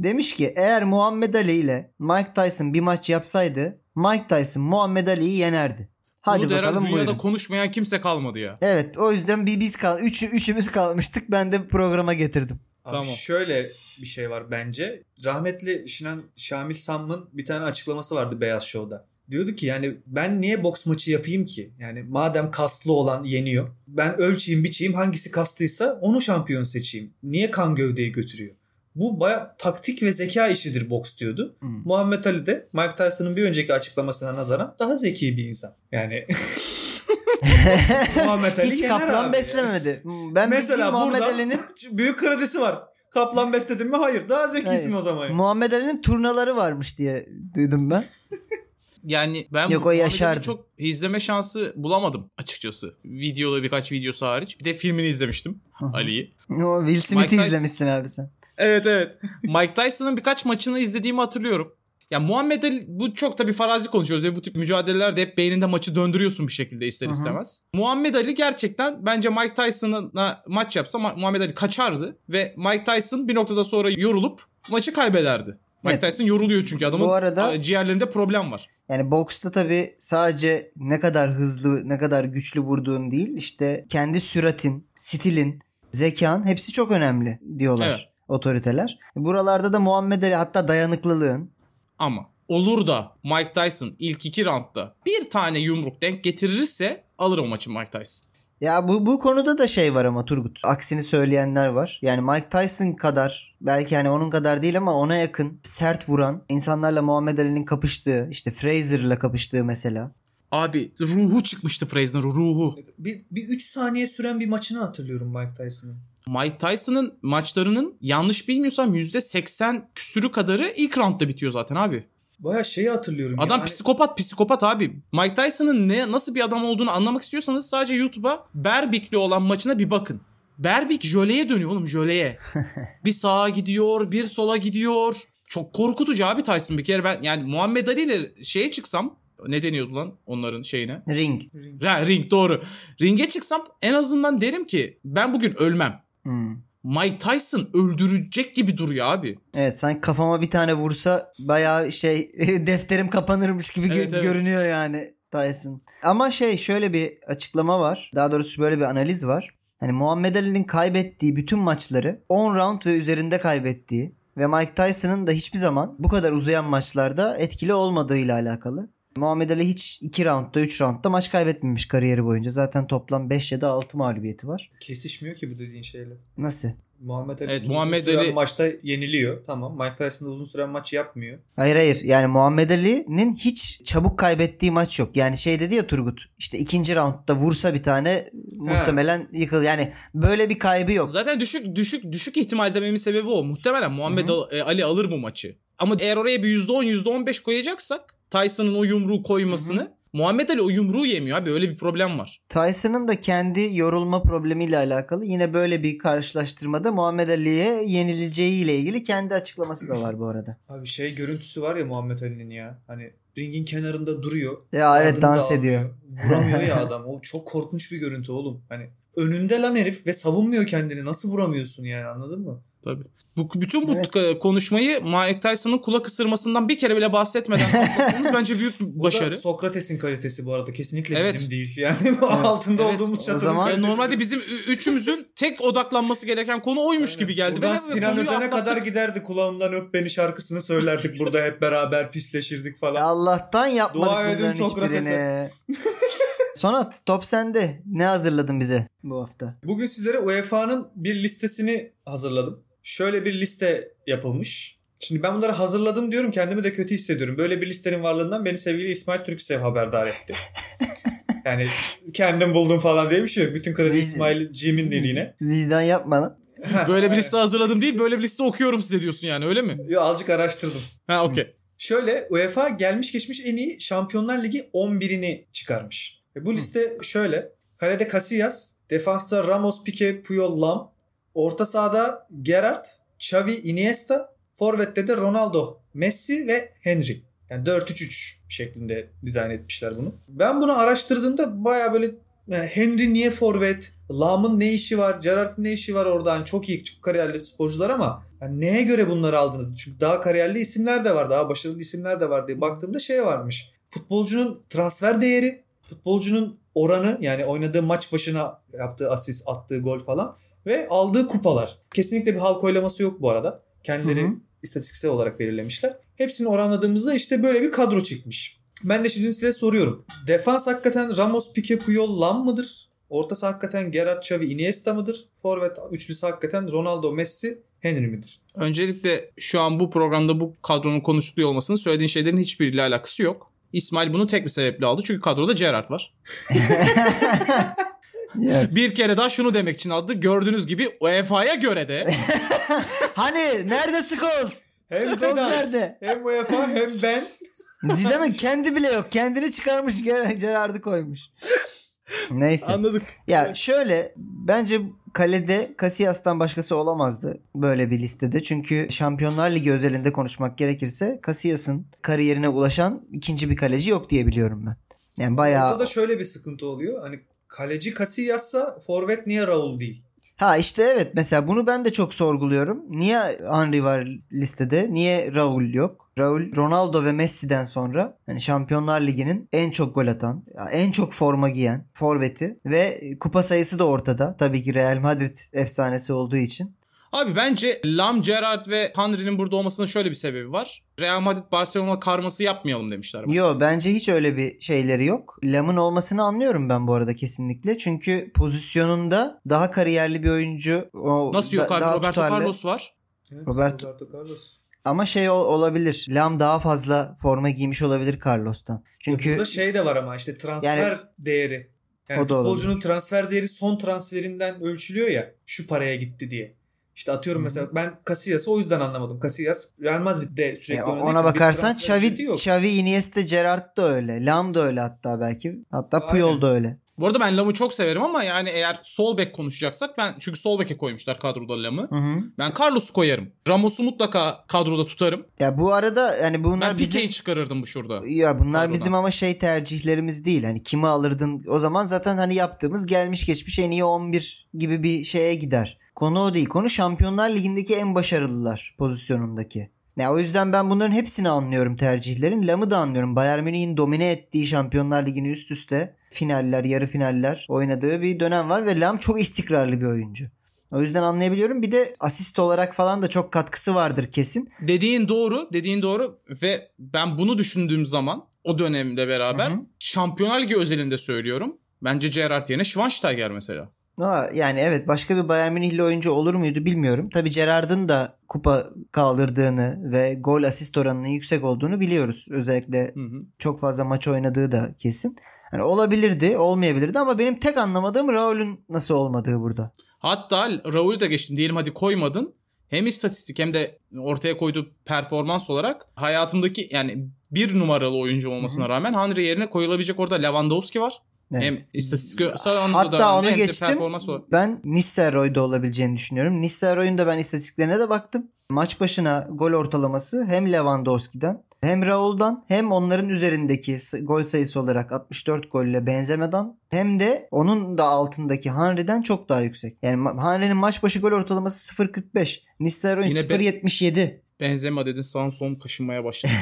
S2: Demiş ki eğer Muhammed Ali ile Mike Tyson bir maç yapsaydı Mike Tyson Muhammed Ali'yi yenerdi. Hadi
S3: Bunu da herhalde
S2: bakalım
S3: dünyada
S2: buyurun.
S3: konuşmayan kimse kalmadı ya.
S2: Evet o yüzden bir biz kal üçü, üçümüz kalmıştık ben de programa getirdim.
S4: Abi
S3: Tamam.
S4: şöyle bir şey var bence. Rahmetli Şinan Şamil Sam'ın bir tane açıklaması vardı Beyaz Show'da. Diyordu ki yani ben niye boks maçı yapayım ki? Yani madem kaslı olan yeniyor. Ben ölçeyim biçeyim hangisi kaslıysa onu şampiyon seçeyim. Niye kan gövdeyi götürüyor? Bu baya taktik ve zeka işidir boks diyordu.
S2: Hmm.
S4: Muhammed Ali de Mike Tyson'ın bir önceki açıklamasına nazaran daha zeki bir insan. Yani Muhammed Ali
S2: Hiç
S4: yener
S2: kaplan
S4: abi.
S2: beslemedi. Hmm, Ben
S4: Mesela
S2: Mesela Muhammed
S4: buradan-
S2: Ali'nin
S4: Büyük kredisi var. Kaplan besledin mi? Hayır. Daha zekisin
S2: Hayır.
S4: o zaman. ya.
S2: Muhammed Ali'nin turnaları varmış diye duydum ben.
S3: Yani ben
S2: Yok, o
S3: Muhammed Ali'yi
S2: yaşardı.
S3: çok izleme şansı bulamadım açıkçası. Videoda birkaç videosu hariç. Bir de filmini izlemiştim Ali'yi.
S2: o Will Smith'i
S3: Tyson-
S2: izlemişsin abi sen.
S3: Evet evet. Mike Tyson'ın birkaç maçını izlediğimi hatırlıyorum. Ya Muhammed Ali bu çok tabii farazi konuşuyoruz ve bu tip mücadelelerde hep beyninde maçı döndürüyorsun bir şekilde ister
S2: Hı hı.
S3: istemez. Muhammed Ali gerçekten bence Mike Tyson'a maç yapsa Ma- Muhammed Ali kaçardı ve Mike Tyson bir noktada sonra yorulup maçı kaybederdi. Mike
S2: Evet.
S3: Tyson yoruluyor çünkü adamın
S2: Bu arada-
S3: a, ciğerlerinde problem var.
S2: Yani boksta tabii sadece ne kadar hızlı, ne kadar güçlü vurduğun değil, işte kendi süratin, stilin, zekan hepsi çok önemli diyorlar
S3: Evet.
S2: otoriteler. Buralarda da Muhammed Ali hatta dayanıklılığın
S3: Ama olur da Mike Tyson ilk iki roundda bir tane yumruk denk getirirse alır o maçı Mike Tyson.
S2: Ya bu, bu konuda da şey var ama Turgut. Aksini söyleyenler var. Yani Mike Tyson kadar belki hani onun kadar değil ama ona yakın sert vuran insanlarla Muhammed Ali'nin kapıştığı işte Fraser'la kapıştığı mesela.
S3: Abi ruhu çıkmıştı Fraser'ın ruhu.
S4: Bir, bir 3 saniye süren bir maçını hatırlıyorum Mike Tyson'ın.
S3: Mike Tyson'ın maçlarının yanlış bilmiyorsam %80 küsürü kadarı ilk roundda bitiyor zaten abi.
S4: Baya şeyi hatırlıyorum.
S3: Adam
S4: ya.
S3: psikopat psikopat abi. Mike Tyson'ın ne nasıl bir adam olduğunu anlamak istiyorsanız sadece YouTube'a Berbik'le olan maçına bir bakın. Berbik jöleye dönüyor oğlum jöleye. bir sağa gidiyor, bir sola gidiyor. Çok korkutucu abi Tyson bir kere ben yani Muhammed Ali ile şeye çıksam ne deniyordu lan onların şeyine?
S2: Ring.
S4: Hani-
S3: Ha, ring doğru. Ringe çıksam en azından derim ki ben bugün ölmem.
S2: Hmm.
S3: Mike Tyson öldürecek gibi duruyor abi.
S2: Evet sanki kafama bir tane vursa bayağı şey defterim kapanırmış gibi gö-
S3: Evet, evet.
S2: görünüyor yani Tyson. Ama şey şöyle bir açıklama var. Daha doğrusu böyle bir analiz var. Hani Muhammed Ali'nin kaybettiği bütün maçları 10 round ve üzerinde kaybettiği ve Mike Tyson'ın da hiçbir zaman bu kadar uzayan maçlarda etkili olmadığıyla alakalı. Muhammed Ali hiç 2 roundda 3 roundda maç kaybetmemiş kariyeri boyunca. Zaten toplam 5 ya da 6 mağlubiyeti var.
S4: Kesişmiyor ki bu dediğin şeyle.
S2: Nasıl?
S4: Muhammed Ali
S3: Evet,
S4: uzun
S3: Muhammed
S4: süren
S3: Ali-
S4: maçta yeniliyor. Tamam. Mike Tyson da uzun süren maç yapmıyor.
S2: Hayır hayır yani Muhammed Ali'nin hiç çabuk kaybettiği maç yok. Yani şey dedi ya Turgut işte ikinci roundda vursa bir tane muhtemelen yıkıl. Yani böyle bir kaybı yok.
S3: Zaten düşük düşük düşük ihtimal dememin sebebi o. Muhtemelen Muhammed
S2: Hı
S3: Al- e, Ali alır bu maçı. Ama eğer oraya bir %10 %15 koyacaksak Tyson'ın o yumruğu koymasını Muhammed Ali o yumruğu yemiyor abi öyle bir problem var.
S2: Tyson'ın da kendi yorulma problemiyle alakalı yine böyle bir karşılaştırmada Muhammed Ali'ye yenileceğiyle ilgili kendi açıklaması da var bu arada.
S4: Abi şey görüntüsü var ya Muhammed Ali'nin ya. Hani ringin kenarında duruyor.
S2: Ya evet
S4: Yardımı da
S2: dans
S4: almıyor.
S2: ediyor.
S4: Vuramıyor ya adam. O çok korkunç bir görüntü oğlum. Hani önünde lan herif ve savunmuyor kendini. Nasıl vuramıyorsun yani anladın mı?
S3: Tabii. Bu bütün bu
S2: Evet.
S3: k- konuşmayı Mike Tyson'ın kulak ısırmasından bir kere bile bahsetmeden kapatmamız bence büyük
S4: Bu
S3: başarı.
S4: da Sokrates'in kalitesi bu arada. Kesinlikle
S3: Evet.
S4: bizim değil. Yani bu
S2: Evet.
S4: altında
S3: Evet.
S4: olduğumuz
S2: O
S4: çatının
S2: zaman-
S3: Yani
S4: kalitesi.
S3: normalde bizim ü- üçümüzün tek odaklanması gereken konu oymuş
S4: Aynen.
S3: gibi geldi.
S4: Buradan
S3: Ben
S4: Sinan
S3: konuyu
S4: Özen'e
S3: atlattık.
S4: kadar giderdi. Kulağımdan öp beni şarkısını söylerdik burada hep beraber pisleşirdik falan.
S2: Allah'tan yapmadık
S4: Dua edin
S2: bunların hiçbirini.
S4: Sokrates'e.
S2: Sonat top sende. Ne hazırladın bize bu hafta?
S4: Bugün sizlere UEFA'nın bir listesini hazırladım. Şöyle bir liste yapılmış. Şimdi ben bunları hazırladım diyorum kendimi de kötü hissediyorum. Böyle bir listenin varlığından beni sevgili İsmail Türksev haberdar etti. yani kendim buldum falan diye bir şey yok. Bütün kredi
S2: Biz-
S4: İsmail Cem'in dediğine.
S2: Vicdan yapma lan.
S3: Böyle bir liste hazırladım değil, böyle bir liste okuyorum size diyorsun yani öyle mi?
S4: Yo, azıcık araştırdım.
S3: Ha okey.
S4: Şöyle UEFA gelmiş geçmiş en iyi Şampiyonlar Ligi 11'ini çıkarmış. E bu liste şöyle. Kalede Casillas, defansta Ramos, Pique, Puyol, Lam, orta sahada Gerrard, Xavi, Iniesta, forvette de Ronaldo, Messi ve Henry. Yani 4-3-3 şeklinde dizayn etmişler bunu. Ben bunu araştırdığımda baya böyle e, Henry niye forvet? Lam'ın ne işi var? Gerrard'ın ne işi var oradan? çok iyi çok kariyerli sporcular ama yani neye göre bunları aldınız? Çünkü daha kariyerli isimler de var. Daha başarılı isimler de var diye baktığımda şey varmış. Futbolcunun transfer değeri, futbolcunun oranı yani oynadığı maç başına yaptığı asist, attığı gol falan ve aldığı kupalar. Kesinlikle bir halk oylaması yok bu arada. Kendileri
S2: Hı hı.
S4: istatistiksel olarak belirlemişler. Hepsini oranladığımızda işte böyle bir kadro çıkmış. Ben de şimdi size soruyorum. Defans hakikaten Ramos, Pique, Puyol, Lam mıdır? Ortası hakikaten Gerard, Xavi, Iniesta mıdır? Forvet üçlüsü hakikaten Ronaldo, Messi, Henry midir?
S3: Öncelikle şu an bu programda bu kadronun konuşuluyor olmasının söylediğin şeylerin hiçbiriyle alakası yok. İsmail bunu tek bir sebeple aldı. Çünkü kadroda Gerrard var.
S2: Ya,
S3: Bir kere daha şunu demek için aldı. Gördüğünüz gibi UEFA'ya göre de
S2: hani nerede Scholes?
S4: Hem
S2: Scholes
S4: Zidane.
S2: nerede?
S4: Hem UEFA hem ben.
S2: Zidane'ın kendi bile yok. Kendini çıkarmış Ger- Gerard'ı koymuş. Neyse.
S3: anladık.
S2: Ya şöyle bence kalede Casillas'tan başkası olamazdı böyle bir listede. Çünkü Şampiyonlar Ligi özelinde konuşmak gerekirse Casillas'ın kariyerine ulaşan ikinci bir kaleci yok diye biliyorum ben. Yani bayağı
S4: Orada da şöyle bir sıkıntı oluyor. Hani kaleci Casillas'sa forvet niye Raul değil?
S2: Ha işte evet mesela bunu ben de çok sorguluyorum. Niye Henry var listede? Niye Raul yok? Raul Ronaldo ve Messi'den sonra yani Şampiyonlar Ligi'nin en çok gol atan, en çok forma giyen forveti ve kupa sayısı da ortada. Tabii ki Real Madrid efsanesi olduğu için.
S3: Abi bence Lam, Gerrard ve Henry'nin burada olmasının şöyle bir sebebi var. Real Madrid Barcelona karması yapmayalım demişler. bana.
S2: Yo bence hiç öyle bir şeyleri yok. Lam'ın olmasını anlıyorum ben bu arada kesinlikle. Çünkü pozisyonunda daha kariyerli bir oyuncu. O
S3: Nasıl yok
S2: da-
S3: abi
S2: daha
S3: Roberto
S2: tutarlı.
S3: Carlos var.
S4: Evet,
S2: Roberto-
S4: Carlos.
S2: Ama şey ol- olabilir. Lam daha fazla forma giymiş olabilir Carlos'tan. Çünkü
S4: Burada şey de var ama işte transfer
S2: Yani-
S4: değeri.
S2: O
S4: Yani
S2: da
S4: futbolcunun transfer değeri son transferinden ölçülüyor ya şu paraya gitti diye. İşte atıyorum
S2: Hı hı.
S4: mesela ben Casillas'ı o yüzden anlamadım. Casillas Real Madrid'de sürekli
S2: e,
S4: oynadığı
S2: ona
S4: için bir
S2: bakarsan
S4: şey, transfer ücreti
S2: Xavi,
S4: yok.
S2: Xavi, Iniesta, Gerrard da öyle. Lam da öyle hatta belki. Hatta
S4: Aynen.
S2: Puyol da öyle.
S3: Bu arada ben Lam'ı çok severim ama yani eğer sol bek konuşacaksak ben çünkü sol beke koymuşlar kadroda Lam'ı.
S2: Hı hı.
S3: Ben Carlos'u koyarım. Ramos'u mutlaka kadroda tutarım.
S2: Ya bu arada yani bunlar
S3: ben
S2: bizim
S3: Pique'yi çıkarırdım bu şurada.
S2: ya bunlar
S3: Pardon
S2: bizim
S3: abi.
S2: ama şey tercihlerimiz değil. Hani kimi alırdın? O zaman zaten hani yaptığımız gelmiş geçmiş en iyi 11 gibi bir şeye gider. Konu o değil. Konu Şampiyonlar Ligi'ndeki en başarılılar pozisyonundaki. Ya o yüzden ben bunların hepsini anlıyorum tercihlerin. Lam'ı da anlıyorum. Bayern Münih'in domine ettiği Şampiyonlar Ligi'ni üst üste finaller, yarı finaller oynadığı bir dönem var ve Lam çok istikrarlı bir oyuncu. O yüzden anlayabiliyorum. Bir de asist olarak falan da çok katkısı vardır kesin.
S3: Dediğin doğru, dediğin doğru ve ben bunu düşündüğüm zaman o dönemde beraber
S2: Hı hı.
S3: Şampiyonlar Ligi özelinde söylüyorum. Bence Gerrard yerine Schweinsteiger mesela.
S2: Aa, yani evet başka bir Bayern Münihli oyuncu olur muydu bilmiyorum. Tabi Gerard'ın da kupa kaldırdığını ve gol asist oranının yüksek olduğunu biliyoruz. Özellikle
S3: Hı hı.
S2: çok fazla maç oynadığı da kesin. Yani olabilirdi, olmayabilirdi ama benim tek anlamadığım Raul'ün nasıl olmadığı burada.
S3: Hatta Raul'ü de geçtim diyelim hadi koymadın. Hem istatistik hem de ortaya koyduğu performans olarak hayatımdaki yani bir numaralı oyuncu olmasına rağmen Henry yerine koyulabilecek orada Lewandowski var.
S2: Evet.
S3: Hem istatistiksel anlamda
S2: Hatta
S3: önemli
S2: ona
S3: hem de
S2: geçtim.
S3: performans olarak.
S2: Ben Nistelrooy'da olabileceğini düşünüyorum. Nistelrooy'un da ben istatistiklerine de baktım. Maç başına gol ortalaması hem Lewandowski'den hem Raul'dan hem onların üzerindeki s- gol sayısı olarak 64 golle benzemeden hem de onun da altındaki Henry'den çok daha yüksek. Yani ma- Henry'nin maç başı gol ortalaması 0.45. Nistelrooy'un
S3: Yine be-
S2: 0.77.
S3: Benzema dedin Sanson kaşınmaya başladı.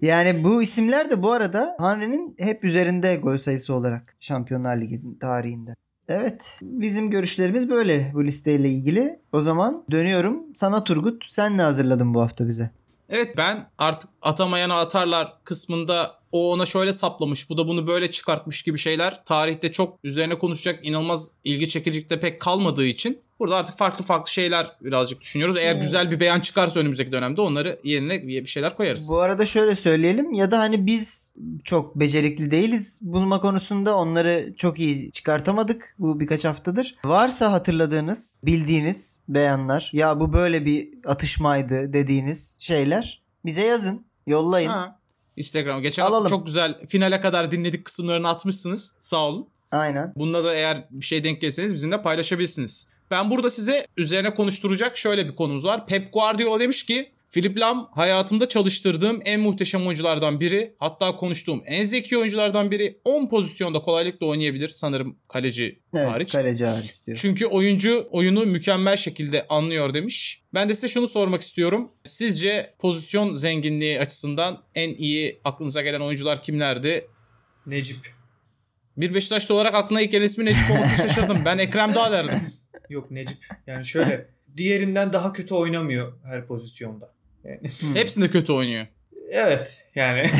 S2: Yani bu isimler de bu arada Henry'nin hep üzerinde gol sayısı olarak Şampiyonlar Ligi tarihinde. Evet bizim görüşlerimiz böyle bu listeyle ilgili. O zaman dönüyorum sana Turgut sen ne hazırladın bu hafta bize?
S3: Evet ben artık atamayana atarlar kısmında o ona şöyle saplamış bu da bunu böyle çıkartmış gibi şeyler tarihte çok üzerine konuşacak inanılmaz ilgi çekicilikte pek kalmadığı için burada artık farklı farklı şeyler birazcık düşünüyoruz. Eğer
S2: Hmm.
S3: güzel bir beyan çıkarsa önümüzdeki dönemde onları yerine bir şeyler koyarız.
S2: Bu arada şöyle söyleyelim ya da hani biz çok becerikli değiliz bulma konusunda onları çok iyi çıkartamadık bu birkaç haftadır. Varsa hatırladığınız, bildiğiniz beyanlar ya bu böyle bir atışmaydı dediğiniz şeyler bize yazın, yollayın.
S3: Ha. Instagram. Geçen
S2: Alalım.
S3: hafta çok güzel finale kadar dinledik kısımlarını atmışsınız. Sağ olun.
S2: Aynen.
S3: Bunda da eğer bir şey denk gelseniz bizimle paylaşabilirsiniz. Ben burada size üzerine konuşturacak şöyle bir konumuz var. Pep Guardiola demiş ki Philip Lahm hayatımda çalıştırdığım en muhteşem oyunculardan biri. Hatta konuştuğum en zeki oyunculardan biri. 10 pozisyonda kolaylıkla oynayabilir. Sanırım kaleci
S2: Evet,
S3: hariç.
S2: kaleci hariç diyor.
S3: Çünkü oyuncu oyunu mükemmel şekilde anlıyor demiş. Ben de size şunu sormak istiyorum. Sizce pozisyon zenginliği açısından en iyi aklınıza gelen oyuncular kimlerdi?
S4: Necip.
S3: Bir Beşiktaşlı olarak aklına ilk gelen ismi Necip olması şaşırdım. Ben Ekrem Dağ derdim.
S4: Yok Necip. Yani şöyle diğerinden daha kötü oynamıyor her pozisyonda.
S2: Hmm.
S3: Hepsinde kötü oynuyor.
S4: Evet yani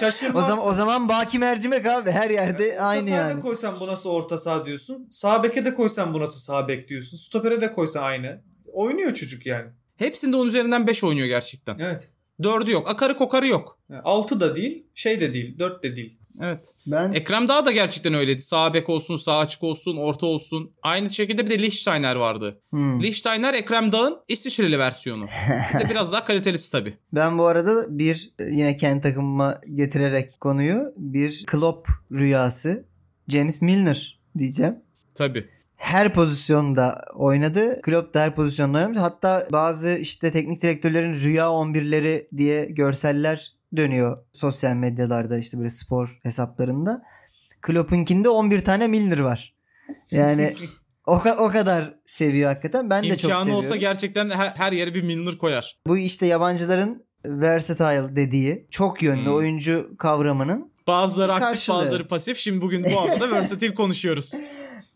S4: şaşırmaz.
S2: o zaman o zaman Baki Mercimek abi her yerde
S4: orta
S2: aynı
S4: sahada
S2: yani.
S4: koysan bu nasıl orta saha diyorsun. Sağ beke de koysan bu nasıl sağ bek diyorsun. Stopere de koysan aynı. Oynuyor çocuk yani.
S3: Hepsinde 10 üzerinden 5 oynuyor gerçekten.
S4: Evet.
S3: Dördü yok. Akarı kokarı yok.
S4: 6 da değil, şey de değil, 4 de değil.
S3: Evet.
S2: Ben
S3: Ekrem Dağ da gerçekten öyleydi. Sağ bek olsun, sağ açık olsun, orta olsun. Aynı şekilde bir de Lichtsteiner vardı.
S2: Hmm.
S3: Lichtsteiner Ekrem Dağ'ın İsviçreli versiyonu. Bir de biraz daha kalitelisi tabii.
S2: ben bu arada bir yine kendi takımıma getirerek konuyu bir Klopp rüyası James Milner diyeceğim.
S3: Tabii.
S2: her pozisyonda oynadı. Klopp da her pozisyonda oynadı. Hatta bazı işte teknik direktörlerin rüya 11'leri diye görseller dönüyor sosyal medyalarda işte böyle spor hesaplarında. Klopp'unkinde 11 tane Milner var. Yani o, ka- o kadar seviyor hakikaten. Ben de çok
S3: İmkanı
S2: seviyorum.
S3: olsa gerçekten her, her yere bir Milner koyar.
S2: Bu işte yabancıların versatile dediği çok yönlü
S3: Hmm.
S2: oyuncu kavramının
S3: Bazıları aktif,
S2: Karşılığı.
S3: bazıları pasif. Şimdi bugün bu hafta versatile konuşuyoruz.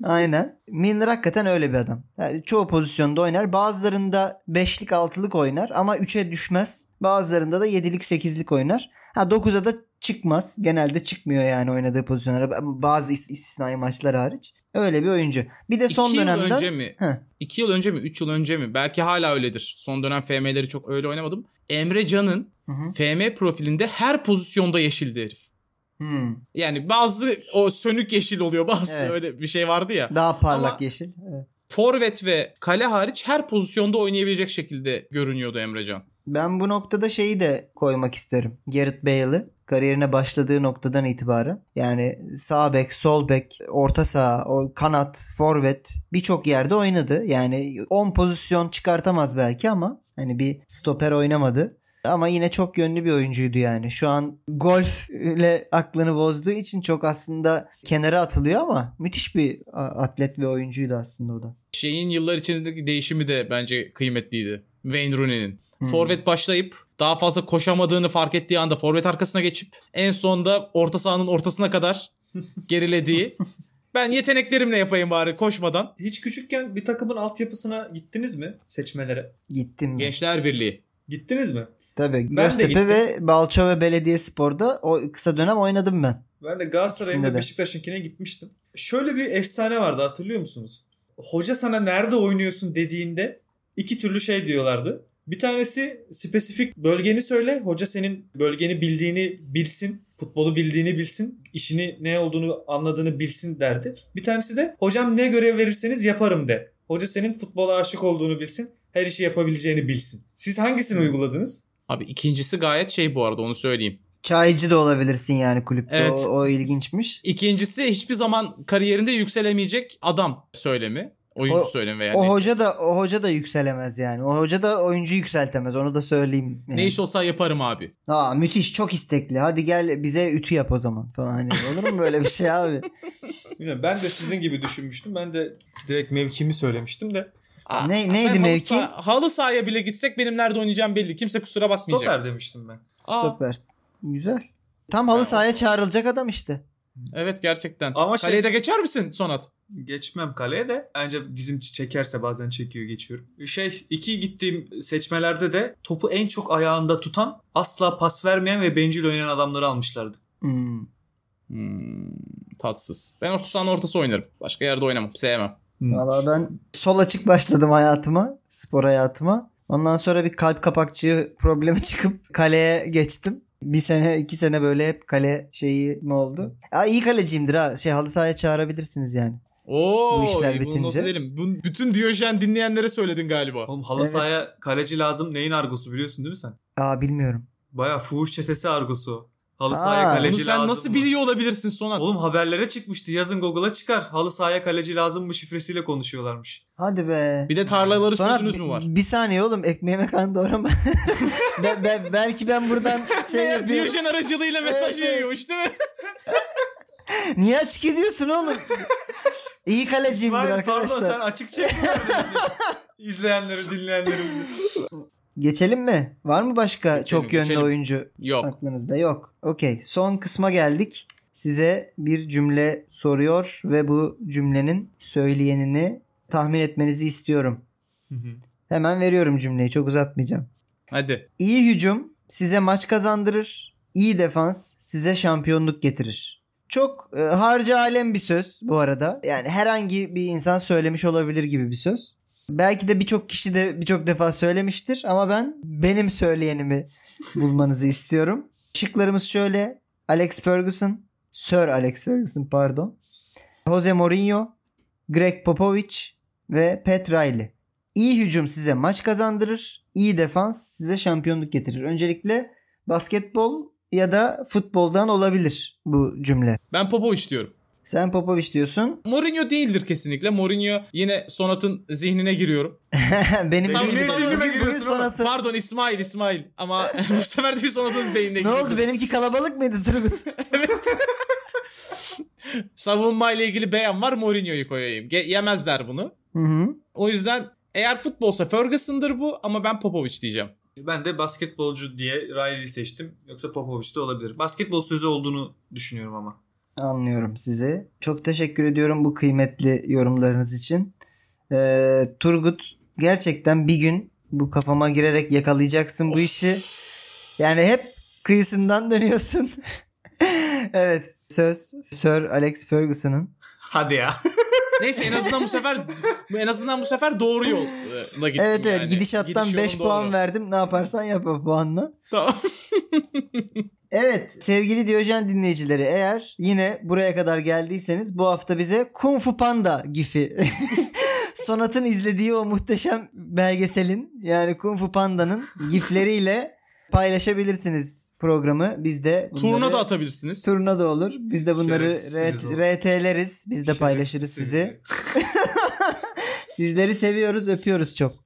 S2: Aynen. Milner hakikaten öyle bir adam. Yani çoğu pozisyonda oynar. Bazılarında 5'lik 6'lık oynar ama 3'e düşmez. Bazılarında da 7'lik 8'lik oynar. Ha 9'a da çıkmaz. Genelde çıkmıyor yani oynadığı pozisyonlara. Bazı ist- istisnai maçlar hariç. Öyle bir oyuncu. Bir de son
S3: İki yıl
S2: dönemden
S3: önce mi?
S2: Heh.
S3: İki yıl önce mi? Üç yıl önce mi? Belki hala öyledir. Son dönem FM'leri çok öyle oynamadım. Emre Can'ın
S2: Hı hı.
S3: FM profilinde her pozisyonda yeşildi herif.
S2: Hmm.
S3: Yani bazı o sönük yeşil oluyor bazı
S2: Evet.
S3: öyle bir şey vardı ya.
S2: daha parlak
S3: Ama-
S2: yeşil. Evet.
S3: Forvet ve kale hariç her pozisyonda oynayabilecek şekilde görünüyordu Emrecan.
S2: Ben bu noktada şeyi de koymak isterim. Gareth Bale'ı kariyerine başladığı noktadan itibaren yani sağ bek, sol bek, orta saha, o kanat, forvet birçok yerde oynadı. Yani 10 pozisyon çıkartamaz belki ama hani bir stoper oynamadı. Ama yine çok yönlü bir oyuncuydu yani. Şu an golf ile aklını bozduğu için çok aslında kenara atılıyor ama müthiş bir a- atlet ve oyuncuydu aslında o da.
S3: Şeyin yıllar içindeki değişimi de bence kıymetliydi. Wayne Rooney'nin.
S2: Hmm.
S3: Forvet başlayıp daha fazla koşamadığını fark ettiği anda forvet arkasına geçip en sonda orta sahanın ortasına kadar gerilediği. Ben yeteneklerimle yapayım bari koşmadan.
S4: Hiç küçükken bir takımın altyapısına gittiniz mi seçmelere?
S2: Gittim. ben.
S3: Gençler Birliği.
S4: Gittiniz mi?
S2: Tabii.
S4: Ben de
S2: Göztepe
S4: gittim.
S2: ve Balçova Belediyespor'da o kısa dönem oynadım ben.
S4: Ben de Galatasaray'ın
S2: İkisinde
S4: ve
S2: de.
S4: Beşiktaş'ınkine gitmiştim. Şöyle bir efsane vardı hatırlıyor musunuz? Hoca sana nerede oynuyorsun dediğinde iki türlü şey diyorlardı. Bir tanesi spesifik bölgeni söyle. Hoca senin bölgeni bildiğini bilsin. Futbolu bildiğini bilsin. işini ne olduğunu anladığını bilsin derdi. Bir tanesi de hocam ne görev verirseniz yaparım de. Hoca senin futbola aşık olduğunu bilsin. Her işi yapabileceğini bilsin. Siz hangisini uyguladınız?
S3: Abi ikincisi gayet şey bu arada onu söyleyeyim.
S2: Çaycı da olabilirsin yani kulüpte.
S3: Evet.
S2: O, o ilginçmiş.
S3: İkincisi hiçbir zaman kariyerinde yükselemeyecek adam söylemi. Oyuncu
S2: O-
S3: söylemi veya
S2: o
S3: neyse.
S2: hoca da o hoca da yükselemez yani. O hoca da oyuncu yükseltemez. Onu da söyleyeyim. Yani.
S3: Ne iş olsa yaparım abi.
S2: Aa müthiş çok istekli. Hadi gel bize ütü yap o zaman falan hani. Olur mu böyle bir şey abi?
S4: Bilmiyorum, ben de sizin gibi düşünmüştüm. Ben de direkt mevkimi söylemiştim de.
S3: Aa,
S2: Ne- neydi
S3: Ah, ben halı
S2: mevki?
S3: saha- halı sahaya bile gitsek benim nerede oynayacağım belli. Kimse kusura bakmayacak.
S4: Stoper demiştim ben.
S3: Aa.
S2: Stoper. Güzel. Tam halı sahaya çağrılacak adam işte.
S3: Evet gerçekten.
S4: Ama şey-
S3: Kaleye de geçer misin Sonat?
S4: Geçmem kaleye de. Ancak dizim çekerse bazen çekiyor geçiyorum. Şey iki gittiğim seçmelerde de topu en çok ayağında tutan asla pas vermeyen ve bencil oynayan adamları almışlardı.
S2: Hmm.
S3: Hmm, tatsız. Ben orta sahanın ortası oynarım. Başka yerde oynamam. Sevmem.
S2: Valla ben sol açık başladım hayatıma. Spor hayatıma. Ondan sonra bir kalp kapakçığı problemi çıkıp kaleye geçtim. Bir sene iki sene böyle hep kale şeyi ne oldu? Ya iyi kaleciyimdir ha. Şey halı sahaya çağırabilirsiniz yani.
S3: Oo,
S2: Bu işler
S3: bunu not
S2: bitince.
S3: edelim. Bunu bütün Diyojen dinleyenlere söyledin galiba.
S4: Oğlum halı
S2: Evet.
S4: sahaya kaleci lazım neyin argosu biliyorsun değil mi sen?
S2: Aa bilmiyorum.
S4: Baya fuhuş çetesi argosu. o. Halı
S2: Aa.
S4: sahaya
S2: Bunu
S3: Bunu
S4: kaleci
S3: sen
S4: lazım.
S3: nasıl
S4: mı?
S3: biliyor olabilirsin Sonat?
S4: Oğlum haberlere çıkmıştı. Yazın Google'a çıkar. Halı sahaya kaleci lazım mı şifresiyle konuşuyorlarmış.
S2: Hadi be.
S3: bir de tarlaları
S2: Sonra
S3: sözünüz
S2: bi-
S3: mü var?
S2: bir saniye oğlum ekmeğime kan doğrama. ben, ben- belki ben buradan şey
S3: Meğer
S2: yapıyorum.
S3: Diyojen aracılığıyla
S2: Evet,
S3: mesaj
S2: evet.
S3: veriyormuş değil mi? şey-
S2: Niye açık ediyorsun oğlum? İyi kaleciyimdir
S4: Hayır,
S2: arkadaşlar.
S4: Pardon sen açık çek mi verdin bizi? İzleyenleri, dinleyenlerimizi.
S2: Geçelim mi? Var mı başka çok yönlü
S3: geçelim.
S2: oyuncu
S3: Yok.
S2: aklınızda? Yok. Okey. Son kısma geldik. Size bir cümle soruyor ve bu cümlenin söyleyenini tahmin etmenizi istiyorum. Hemen veriyorum cümleyi. Çok uzatmayacağım.
S3: Hadi.
S2: İyi hücum size maç kazandırır. İyi defans size şampiyonluk getirir. Çok e, harca alem bir söz bu arada. Yani herhangi bir insan söylemiş olabilir gibi bir söz. Belki de birçok kişi de birçok defa söylemiştir ama ben benim söyleyenimi bulmanızı istiyorum. Şıklarımız şöyle. Alex Ferguson, Sir Alex Ferguson pardon. Jose Mourinho, Greg Popovich ve Pat Riley. İyi hücum size maç kazandırır, iyi defans size şampiyonluk getirir. Öncelikle basketbol ya da futboldan olabilir bu cümle.
S3: Ben Popovic diyorum.
S2: Sen Popovich diyorsun.
S3: Mourinho değildir kesinlikle. Mourinho yine Sonat'ın zihnine giriyorum.
S2: Benim
S3: Sen
S2: değil,
S3: benim
S2: bugün-
S4: zihnime
S2: bugün
S4: giriyorsun ama.
S2: sanatı-
S3: Pardon İsmail İsmail ama bu sefer de bir Sonat'ın beynine
S2: Ne
S3: girdim.
S2: oldu benimki kalabalık mıydı Turgut?
S3: Savunmayla ilgili beyan var Mourinho'yu koyayım. Ge- yemezler bunu.
S2: Hı hı.
S3: O yüzden eğer futbolsa Ferguson'dır bu ama ben Popovic diyeceğim.
S4: Ben de basketbolcu diye Riley'i seçtim. Yoksa Popovic de olabilir. Basketbol sözü olduğunu düşünüyorum ama.
S2: Anlıyorum sizi. Çok teşekkür ediyorum bu kıymetli yorumlarınız için. Ee, Turgut gerçekten bir gün bu kafama girerek yakalayacaksın bu işi. Yani hep kıyısından dönüyorsun. evet söz Sir Alex Ferguson'ın.
S4: Hadi ya.
S3: Neyse en azından bu sefer en azından bu sefer doğru yolla gittim
S2: Evet evet
S3: yani.
S2: gidişattan
S3: Gidiş
S2: 5
S3: yolun
S2: puan
S3: doğru.
S2: verdim. Ne yaparsan yap o puanla.
S3: Tamam.
S2: Evet sevgili Diyojen dinleyicileri eğer yine buraya kadar geldiyseniz bu hafta bize Kung Fu Panda gifi. Sonat'ın izlediği o muhteşem belgeselin yani Kung Fu Panda'nın gifleriyle paylaşabilirsiniz programı. Biz de bunları-
S3: Turuna da atabilirsiniz.
S2: Turuna da olur. Biz de bunları
S4: Şerefsizsiniz
S2: RT-
S4: oğlum.
S2: RT'leriz. Biz de paylaşırız sizi. Sizleri seviyoruz, öpüyoruz çok.